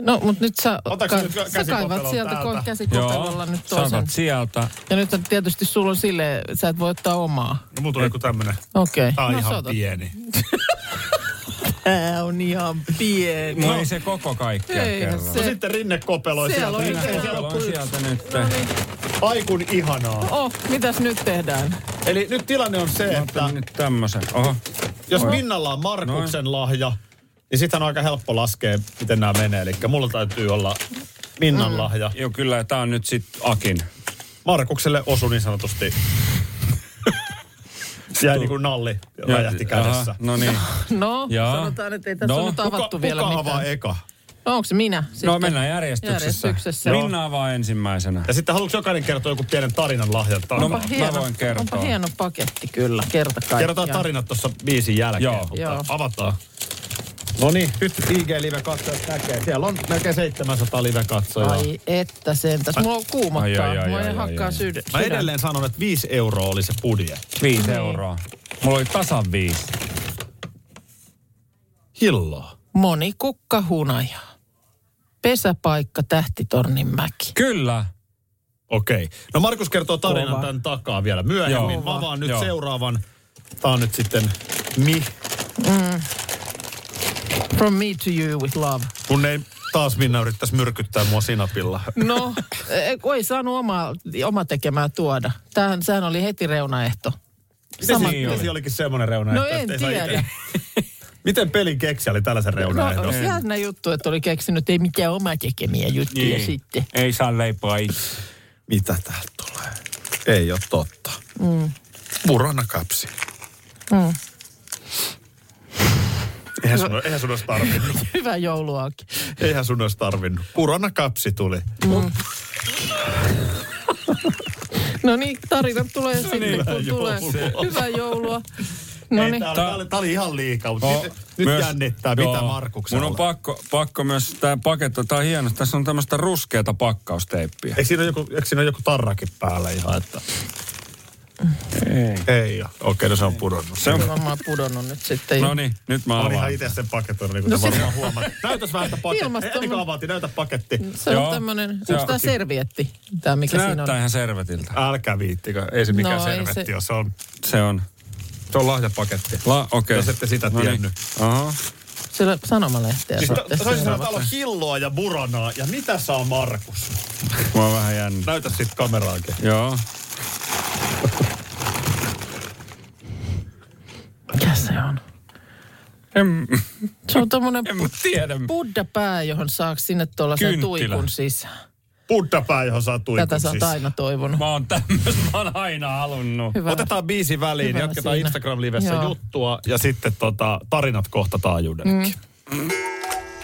Speaker 1: no mutta nyt sä,
Speaker 2: Otaks nyt kä-
Speaker 1: sä kaivat
Speaker 2: käsikotelon
Speaker 1: sieltä
Speaker 2: täältä?
Speaker 1: ko- käsikotelolla nyt
Speaker 7: sä
Speaker 1: toisen.
Speaker 7: otat sieltä.
Speaker 1: Ja nyt on tietysti sulla on silleen, sä et voi ottaa omaa.
Speaker 2: No mulla tuli joku tämmönen,
Speaker 1: Okei.
Speaker 2: tää on
Speaker 1: No,
Speaker 2: ihan
Speaker 1: sä otat.
Speaker 2: pieni.
Speaker 1: Tää on ihan pieni.
Speaker 7: No ei se koko kaikkea
Speaker 1: Eihän
Speaker 7: kerralla.
Speaker 1: se-
Speaker 2: No sitten rinne kopeloi
Speaker 1: Siellä
Speaker 2: sieltä.
Speaker 1: on
Speaker 2: Ei
Speaker 1: se- No niin.
Speaker 2: siellä ole
Speaker 7: on
Speaker 2: kuin-
Speaker 7: sieltä nyt.
Speaker 2: Ai kun ihanaa.
Speaker 1: Oh, mitäs nyt tehdään?
Speaker 2: Eli nyt tilanne on se,
Speaker 7: Mä
Speaker 2: että
Speaker 7: otan nyt tämmösen. Oho.
Speaker 2: jos Minnalla on Markuksen lahja, niin sitten on aika helppo laskea, miten nämä menee. Eli mulla täytyy olla Minnan lahja.
Speaker 7: Joo, kyllä, ja tää on nyt sit Akin.
Speaker 2: Markukselle osu niin sanotusti. Jäi niin kuin nalli, räjähti kädessä.
Speaker 7: Aha, No niin.
Speaker 1: No,
Speaker 7: Jaa.
Speaker 1: sanotaan, että ei tässä
Speaker 7: No,
Speaker 1: no, ole nyt avattu
Speaker 2: kuka
Speaker 1: vielä
Speaker 2: kuka avaa
Speaker 1: mitään.
Speaker 2: eka?
Speaker 1: No, onko se minä?
Speaker 7: No
Speaker 1: sitten?
Speaker 7: mennään järjestyksessä.
Speaker 1: Järjestyksessä.
Speaker 7: Joo. Minna avaa ensimmäisenä.
Speaker 2: Ja sitten haluatko jokainen kertoa joku pienen tarinan lahjan
Speaker 7: No,
Speaker 2: takaa?
Speaker 7: mä-
Speaker 1: Onpa hieno,
Speaker 7: voin kertoa.
Speaker 1: Onpa hieno paketti kyllä, kerta kaikkiaan.
Speaker 2: Kerrotaan tarinat tuossa biisin jälkeen.
Speaker 7: Joo.
Speaker 2: mutta
Speaker 1: Joo.
Speaker 2: Avataan. No niin, nyt IG Live katsojat näkee. Siellä on melkein 700 live katsojaa.
Speaker 1: Ai että sentäs. Mulla on
Speaker 7: Ai,
Speaker 1: kuumottaa.
Speaker 7: ai, ai,
Speaker 1: Mua
Speaker 7: ai,
Speaker 1: ei
Speaker 7: ai,
Speaker 1: hakkaa
Speaker 7: ai.
Speaker 1: sydän.
Speaker 2: Mä edelleen sanon, että 5 euroa oli se budjetti.
Speaker 7: Viisi
Speaker 1: Niin.
Speaker 7: euroa. Mulla oli tasan viisi.
Speaker 2: Hilloa.
Speaker 1: Moni kukka hunaja. Pesäpaikka Tähtitornin mäki.
Speaker 7: Kyllä.
Speaker 2: Okei. No Markus kertoo tarinan
Speaker 1: Kova.
Speaker 2: tämän takaa vielä myöhemmin.
Speaker 7: Joo.
Speaker 2: Mä avaan nyt
Speaker 7: Joo.
Speaker 2: seuraavan. Tää on nyt sitten Mi.
Speaker 1: From me to you with love.
Speaker 2: Mun ei Taas Minna yrittäisi myrkyttää mua sinapilla.
Speaker 1: No, ei, kun ei saanut omaa, oma tekemää tuoda. Tämähän, sehän oli heti reunaehto.
Speaker 2: Miten Sama, siinä, oli? olikin semmoinen reuna?
Speaker 1: No en tiedä.
Speaker 2: Miten pelin keksi oli tällaisen reuna?
Speaker 1: No, jännä juttu, että oli keksinyt, ei mitään omaa tekemiä juttuja niin. sitten.
Speaker 7: Ei saa leipoa itse.
Speaker 2: Mitä täältä tulee? Ei ole totta. Mm. Murana kapsi. Mm. No. Eihän sun, eihän sun olisi tarvinnut.
Speaker 1: Hyvää jouluakin.
Speaker 2: Eihän sun olisi tarvinnut. Purana kapsi tuli. Mm.
Speaker 1: no niin, tarinat tulee sitten, niin, kun tulee. Hyvää joulua.
Speaker 2: No niin. Tää, tää, oli, tää oli ihan liikaa, mutta no, nyt, nyt myös, jännittää, joo, mitä Markuksella
Speaker 7: Oh, Mun on pakko, pakko myös, tämä paketti, tää on hieno, tässä on tämmöistä ruskeata pakkausteippiä.
Speaker 2: Eikö siinä ole joku, eikö siinä ole joku tarrakin päällä ihan, että... Ei. Ei ole. Okei, okay, no se on pudonnut.
Speaker 1: Se on varmaan pudonnut nyt sitten.
Speaker 7: No niin, nyt mä avaan.
Speaker 2: Olihan itse sen paketoinut, niin kuin no se... varmaan huomaat. Näytäs vähän sitä pakettia. Ilmaston... Mm. Ennen kuin avaatiin, niin näytä paketti.
Speaker 1: Se on Joo. tämmönen, onko tää servietti? Tää mikä
Speaker 7: se
Speaker 1: siinä on?
Speaker 7: näyttää ihan servetiltä.
Speaker 2: Älkää viittikö, ei se mikään no, servetti, se... jos on.
Speaker 7: Se on.
Speaker 2: Se on lahjapaketti.
Speaker 7: La, okei. Okay.
Speaker 2: Jos ette sitä tiennyt. No niin.
Speaker 7: Aha.
Speaker 1: Sillä sanomalehteä.
Speaker 2: Siis ta, ta, täällä on hilloa ja buranaa. Ja mitä saa Markus?
Speaker 7: Mä oon vähän jännä.
Speaker 2: Näytä sit kameraankin.
Speaker 7: Joo.
Speaker 1: Mikä se on?
Speaker 7: En,
Speaker 1: se on tommonen
Speaker 7: en tiedä.
Speaker 1: buddha-pää, johon saa sinne tuolla sen tuikun sisään.
Speaker 2: Buddha-pää, johon saa tuikun
Speaker 1: Tätä sä oot aina toivonut.
Speaker 7: Mä oon tämmöistä, mä oon aina halunnut.
Speaker 2: Hyvä. Otetaan biisi väliin, Hyvä jatketaan siinä. Instagram-livessä Joo. juttua ja sitten tota, tarinat kohta taajuudellekin. Mm.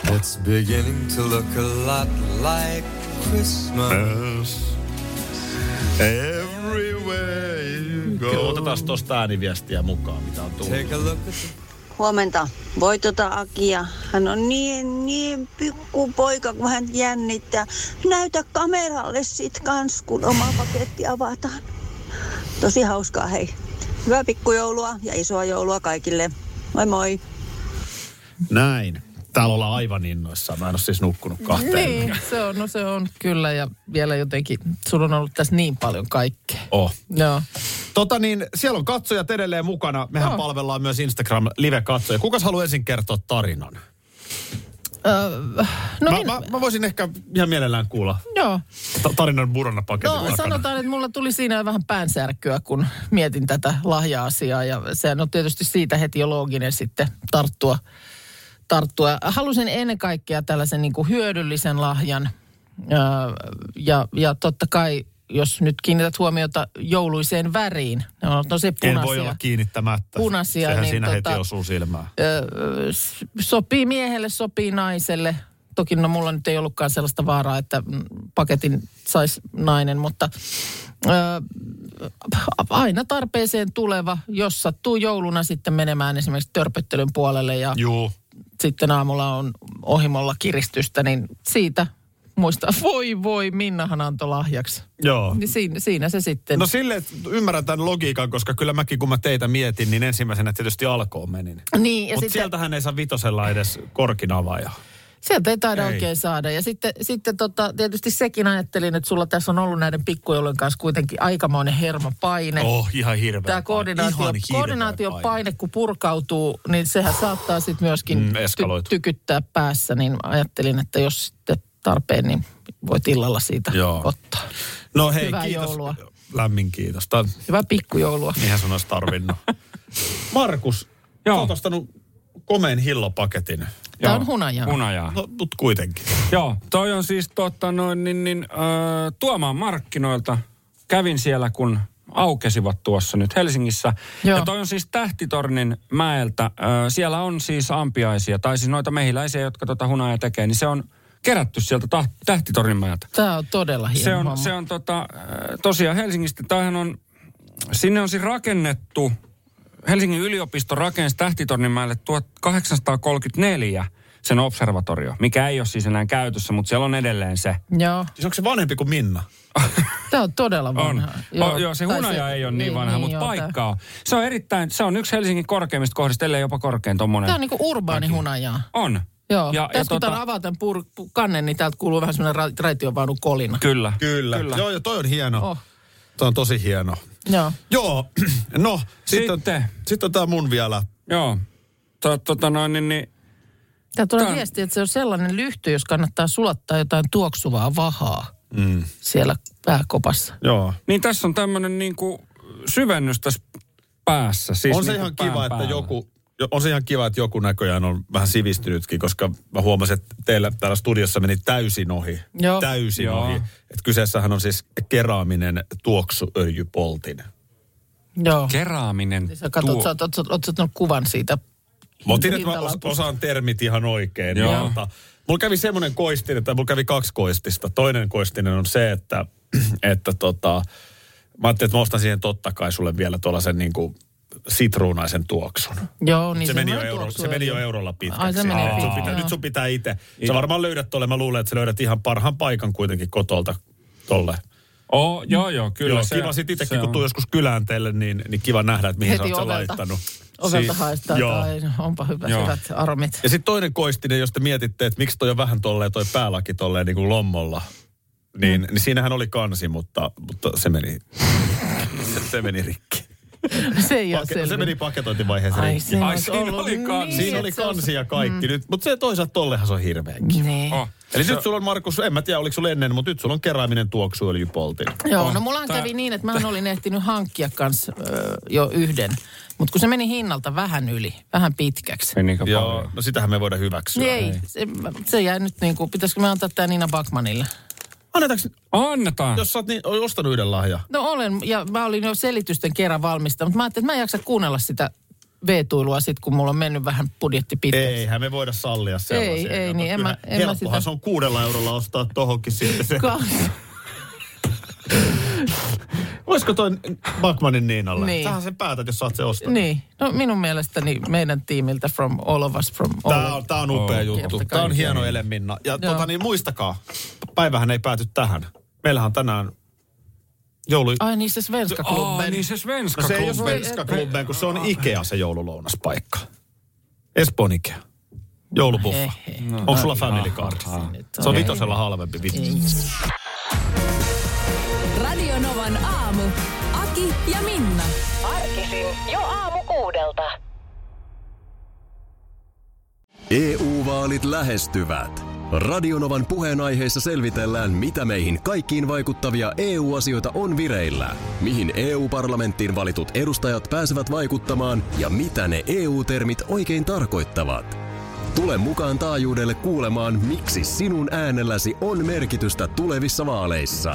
Speaker 6: It's beginning to look a lot like
Speaker 2: Mm.
Speaker 6: Christmas.
Speaker 2: Everywhere you go. Otetaan tuosta ääniviestiä mukaan, mitä on tullut.
Speaker 10: Huomenta. Voi tota Akia. Hän on niin, niin pikku poika, kun hän jännittää. Näytä kameralle sit kans, kun oma paketti avataan. Tosi hauskaa, hei. Hyvää pikkujoulua ja isoa joulua kaikille. Moi moi.
Speaker 2: Näin. Täällä ollaan aivan innoissaan. Mä en ole siis nukkunut kahteen.
Speaker 1: Niin, se on, no se on kyllä. Ja vielä jotenkin, sulla on ollut tässä niin paljon kaikkea.
Speaker 2: Oh.
Speaker 1: Joo.
Speaker 2: Tota niin, siellä on katsojat edelleen mukana. Mehän no. palvellaan myös Instagram live-katsoja. Kukas haluaa ensin kertoa tarinan?
Speaker 1: Öö, no
Speaker 2: mä,
Speaker 1: min...
Speaker 2: mä, mä voisin ehkä ihan mielellään kuulla
Speaker 1: Joo.
Speaker 2: Ta- tarinan burana paketin
Speaker 1: No
Speaker 2: takana.
Speaker 1: sanotaan, että mulla tuli siinä vähän päänsärkyä, kun mietin tätä lahja-asiaa. Ja sehän on tietysti siitä heti jo looginen sitten tarttua. tarttua. Halusin ennen kaikkea tällaisen niin kuin hyödyllisen lahjan. Öö, ja, ja totta kai jos nyt kiinnität huomiota jouluiseen väriin, ne on tosi punaisia.
Speaker 2: En voi olla kiinnittämättä.
Speaker 1: Punaisia.
Speaker 2: Sehän
Speaker 1: niin
Speaker 2: siinä
Speaker 1: tota,
Speaker 2: heti osuu silmään.
Speaker 1: Ö, sopii miehelle, sopii naiselle. Toki no mulla nyt ei ollutkaan sellaista vaaraa, että paketin saisi nainen, mutta ö, aina tarpeeseen tuleva, jos sattuu jouluna sitten menemään esimerkiksi törpöttelyn puolelle ja
Speaker 2: Juu.
Speaker 1: sitten aamulla on ohimolla kiristystä, niin siitä muista, voi voi, Minnahan antoi lahjaksi.
Speaker 2: Joo.
Speaker 1: Niin siinä, siinä se sitten.
Speaker 2: No sille ymmärrän tämän logiikan, koska kyllä mäkin kun mä teitä mietin, niin ensimmäisenä tietysti alkoon menin.
Speaker 1: Niin,
Speaker 2: ja Mutta sitten... sieltähän ei saa vitosella edes korkin avaajaa.
Speaker 1: Sieltä ei taida ei. oikein saada. Ja sitten, sitten tota, tietysti sekin ajattelin, että sulla tässä on ollut näiden pikkujoulujen kanssa kuitenkin aikamoinen hermopaine.
Speaker 2: Oh, ihan hirveä.
Speaker 1: Tämä koordinaatio, ihan koordinaatiopaine, paine. kun purkautuu, niin sehän saattaa sitten myöskin mm,
Speaker 2: eskaloitu.
Speaker 1: ty- tykyttää päässä. Niin ajattelin, että jos sitten tarpeen, niin voit illalla siitä Joo. ottaa.
Speaker 2: No hei,
Speaker 1: Hyvää
Speaker 2: kiitos.
Speaker 1: joulua.
Speaker 2: Lämmin kiitos. Tää...
Speaker 1: Hyvää pikkujoulua.
Speaker 7: Niin.
Speaker 2: Niinhän sun olisi tarvinnut. Markus, Joo. olet ostanut komeen hillopaketin.
Speaker 1: Tämä on hunajaa.
Speaker 7: Hunajaa.
Speaker 2: No, mutta kuitenkin.
Speaker 7: Joo, toi on siis tota noin, niin, niin, ö, Tuomaan markkinoilta. Kävin siellä, kun aukesivat tuossa nyt Helsingissä. Joo. Ja toi on siis Tähtitornin mäeltä. Ö, siellä on siis ampiaisia, tai siis noita mehiläisiä, jotka tota hunajaa tekee, niin se on kerätty sieltä taht- Tähtitorninmäeltä.
Speaker 1: Tämä on todella hieno
Speaker 7: Se on,
Speaker 1: homma.
Speaker 7: se on tota, tosiaan Helsingistä, tämähän on, sinne on siis rakennettu, Helsingin yliopisto rakensi Tähtitorninmäelle 1834 sen observatorio, mikä ei ole siis enää käytössä, mutta siellä on edelleen se.
Speaker 1: Joo.
Speaker 2: Siis onko se vanhempi kuin Minna?
Speaker 1: Tämä on todella vanha.
Speaker 7: On. Joo, joo se hunaja se, ei ole niin, niin vanha, niin, mutta joo, paikka tämä. on. Se on erittäin, se on yksi Helsingin korkeimmista kohdista, ellei jopa korkein tommonen.
Speaker 1: Tämä on niinku urbaani hunajaa.
Speaker 7: On.
Speaker 1: Joo, ja, tässä ja kun tota... avaa tämän pur- kannen, niin täältä kuuluu vähän semmoinen ra- raitiovaunun kolina.
Speaker 7: Kyllä.
Speaker 2: Kyllä. Kyllä. Joo, ja toi on hieno. Oh. Toi on tosi hieno.
Speaker 1: Joo.
Speaker 2: Joo, no, sitten
Speaker 7: sitten
Speaker 2: sit on, sit on tää mun vielä.
Speaker 7: Joo, tota, tota noin, niin, niin
Speaker 1: Tää tulee
Speaker 7: Tää-
Speaker 1: viesti, että se on sellainen lyhty, jos kannattaa sulattaa jotain tuoksuvaa vahaa
Speaker 2: Mm.
Speaker 1: siellä pääkopassa.
Speaker 2: Joo.
Speaker 7: Niin tässä on tämmöinen niinku syvennys tässä päässä. Siis
Speaker 2: Siis on se
Speaker 7: niinku
Speaker 2: ihan
Speaker 7: pään
Speaker 2: kiva, että
Speaker 7: päällä.
Speaker 2: joku, jo- on se ihan kiva, että joku näköjään on vähän sivistynytkin, koska mä huomasin, että teillä täällä studiossa meni täysin ohi.
Speaker 1: Joo.
Speaker 2: Täysin
Speaker 7: Joo.
Speaker 2: ohi. Et kyseessähän on siis keraaminen tuoksuöljypoltin.
Speaker 1: Joo.
Speaker 7: Keraaminen.
Speaker 1: Niin Sä katsot,
Speaker 7: tuo-
Speaker 1: sä oot, oot, oot, oot ottanut kuvan siitä.
Speaker 2: Mä otin, että mä os-
Speaker 1: Hintalappu.
Speaker 2: osaan termit ihan oikein.
Speaker 7: Joo.
Speaker 2: Ja Tota, mulla kävi semmoinen koistinen, tai mulla kävi kaksi koistista. Toinen koistinen on se, että, että tota, mä ajattelin, että mä ostan siihen totta kai sulle vielä tuollaisen niin kuin sitruunaisen tuoksun.
Speaker 1: Joo, niin
Speaker 2: se, meni jo
Speaker 1: on
Speaker 2: euro, se
Speaker 1: tuoksuöljy.
Speaker 2: meni jo eurolla pitkäksi.
Speaker 1: Ai, se meni
Speaker 2: Nyt sun
Speaker 1: pitkäksi,
Speaker 2: pitää,
Speaker 1: joo.
Speaker 2: nyt sun pitää itse. Sä varmaan löydät tuolle. Mä luulen, että sä löydät ihan parhaan paikan kuitenkin kotolta tolle.
Speaker 7: Oo, joo, joo, kyllä.
Speaker 2: Joo,
Speaker 7: se-
Speaker 2: kiva sit
Speaker 7: se
Speaker 2: itsekin, kun
Speaker 7: on.
Speaker 2: tuu joskus kylään teille, niin, niin kiva nähdä, että mihin
Speaker 1: Heti
Speaker 2: sä oot sen
Speaker 1: ovelta.
Speaker 2: laittanut.
Speaker 1: Ovelta
Speaker 2: Siis-
Speaker 1: haistaa,
Speaker 2: Joo.
Speaker 1: tai onpa hyvä,
Speaker 7: Joo.
Speaker 1: hyvät aromit.
Speaker 2: Ja sitten toinen koistinen, jos te mietitte, että miksi toi on vähän tolleen toi päälaki tolleen niin kuin lommolla,
Speaker 1: Mm.
Speaker 2: niin, niin siinähän oli kansi, mutta, mutta se meni, se, se meni rikki.
Speaker 1: Se ei
Speaker 2: Pake,
Speaker 1: ole
Speaker 2: no se
Speaker 1: selvinnyt.
Speaker 2: meni paketointivaiheeseen
Speaker 1: Ai,
Speaker 2: rikki.
Speaker 1: se
Speaker 7: Ai,
Speaker 1: olisi
Speaker 7: siinä
Speaker 1: ollut
Speaker 7: oli kansi.
Speaker 1: niin,
Speaker 2: Siinä oli
Speaker 1: että se Mm. olisi-
Speaker 2: kansi ja kaikki nyt, mutta se toisaalta tollehan se on hirveä.
Speaker 1: Niin.
Speaker 7: Oh.
Speaker 2: Eli nyt sulla on, Markus, en mä tiedä oliko sulla ennen, mutta nyt sulla on kerääminen tuoksuöljypoltin.
Speaker 1: Joo,
Speaker 7: Oh,
Speaker 1: no mulla
Speaker 7: tää-
Speaker 1: kävi niin, että mä olin ehtinyt hankkia kans ö, jo yhden. Mutta kun se meni hinnalta vähän yli, vähän pitkäksi.
Speaker 7: Menikö
Speaker 2: Joo,
Speaker 7: paljon?
Speaker 2: no sitähän me voidaan hyväksyä.
Speaker 1: Niin Ei, se, se jäi nyt niin kuin, pitäisikö me antaa tää Nina Bakmanille?
Speaker 2: Annetaanko,
Speaker 7: Annetaan.
Speaker 2: jos sä oot niin, ostanut yhden lahjan?
Speaker 1: No olen, ja mä olin jo selitysten kerran valmista, mutta mä ajattelin, että mä en jaksa kuunnella sitä veetuilua sit, kun mulla on mennyt vähän budjetti pitkäksi.
Speaker 2: Eihän me voida sallia sellaisia.
Speaker 1: Ei, ei,
Speaker 2: Kato,
Speaker 1: niin, en mä-
Speaker 2: kyllä
Speaker 1: en mä
Speaker 2: helppohan
Speaker 1: sitä-
Speaker 2: se on kuudella eurolla ostaa tohonkin sitten se.
Speaker 1: Ka-
Speaker 2: Voisiko toi Bakmanin Niinalle?
Speaker 1: Niin.
Speaker 2: Sähän sen päätät, jos saat se ostaa.
Speaker 1: niin, no minun mielestäni meidän tiimiltä from all of us, from all
Speaker 2: Tää
Speaker 1: of
Speaker 2: on, tää on upea
Speaker 7: Oh.
Speaker 2: juttu.
Speaker 1: Kerta
Speaker 2: Tää on
Speaker 1: kaikkiaan.
Speaker 2: hieno ele, Minna. Ja tota, niin, muistakaa, päivähän ei pääty tähän. Meillähän on tänään joulu...
Speaker 1: Ai niin se Svenska
Speaker 7: Aa,
Speaker 1: Klubben.
Speaker 7: niin se Svenska
Speaker 2: No se ei ole
Speaker 7: Klubben.
Speaker 2: Svenska Klubben, kun se on Ikea se joululounaspaikka. Espoon Ikea. Joulupuffa.
Speaker 1: Hei, hei.
Speaker 2: Onko sulla family card? Se on vitosella halvempi vittu.
Speaker 11: Radio Novan aamu. Aki ja Minna.
Speaker 12: Arkisin jo aamu kuudelta.
Speaker 8: EU-vaalit E lähestyvät. Radionovan puheenaiheessa selvitellään, mitä meihin kaikkiin vaikuttavia EU-asioita on vireillä, mihin EU-parlamenttiin valitut edustajat pääsevät vaikuttamaan ja mitä ne EU-termit oikein tarkoittavat. Tule mukaan taajuudelle kuulemaan, miksi sinun äänelläsi on merkitystä tulevissa vaaleissa.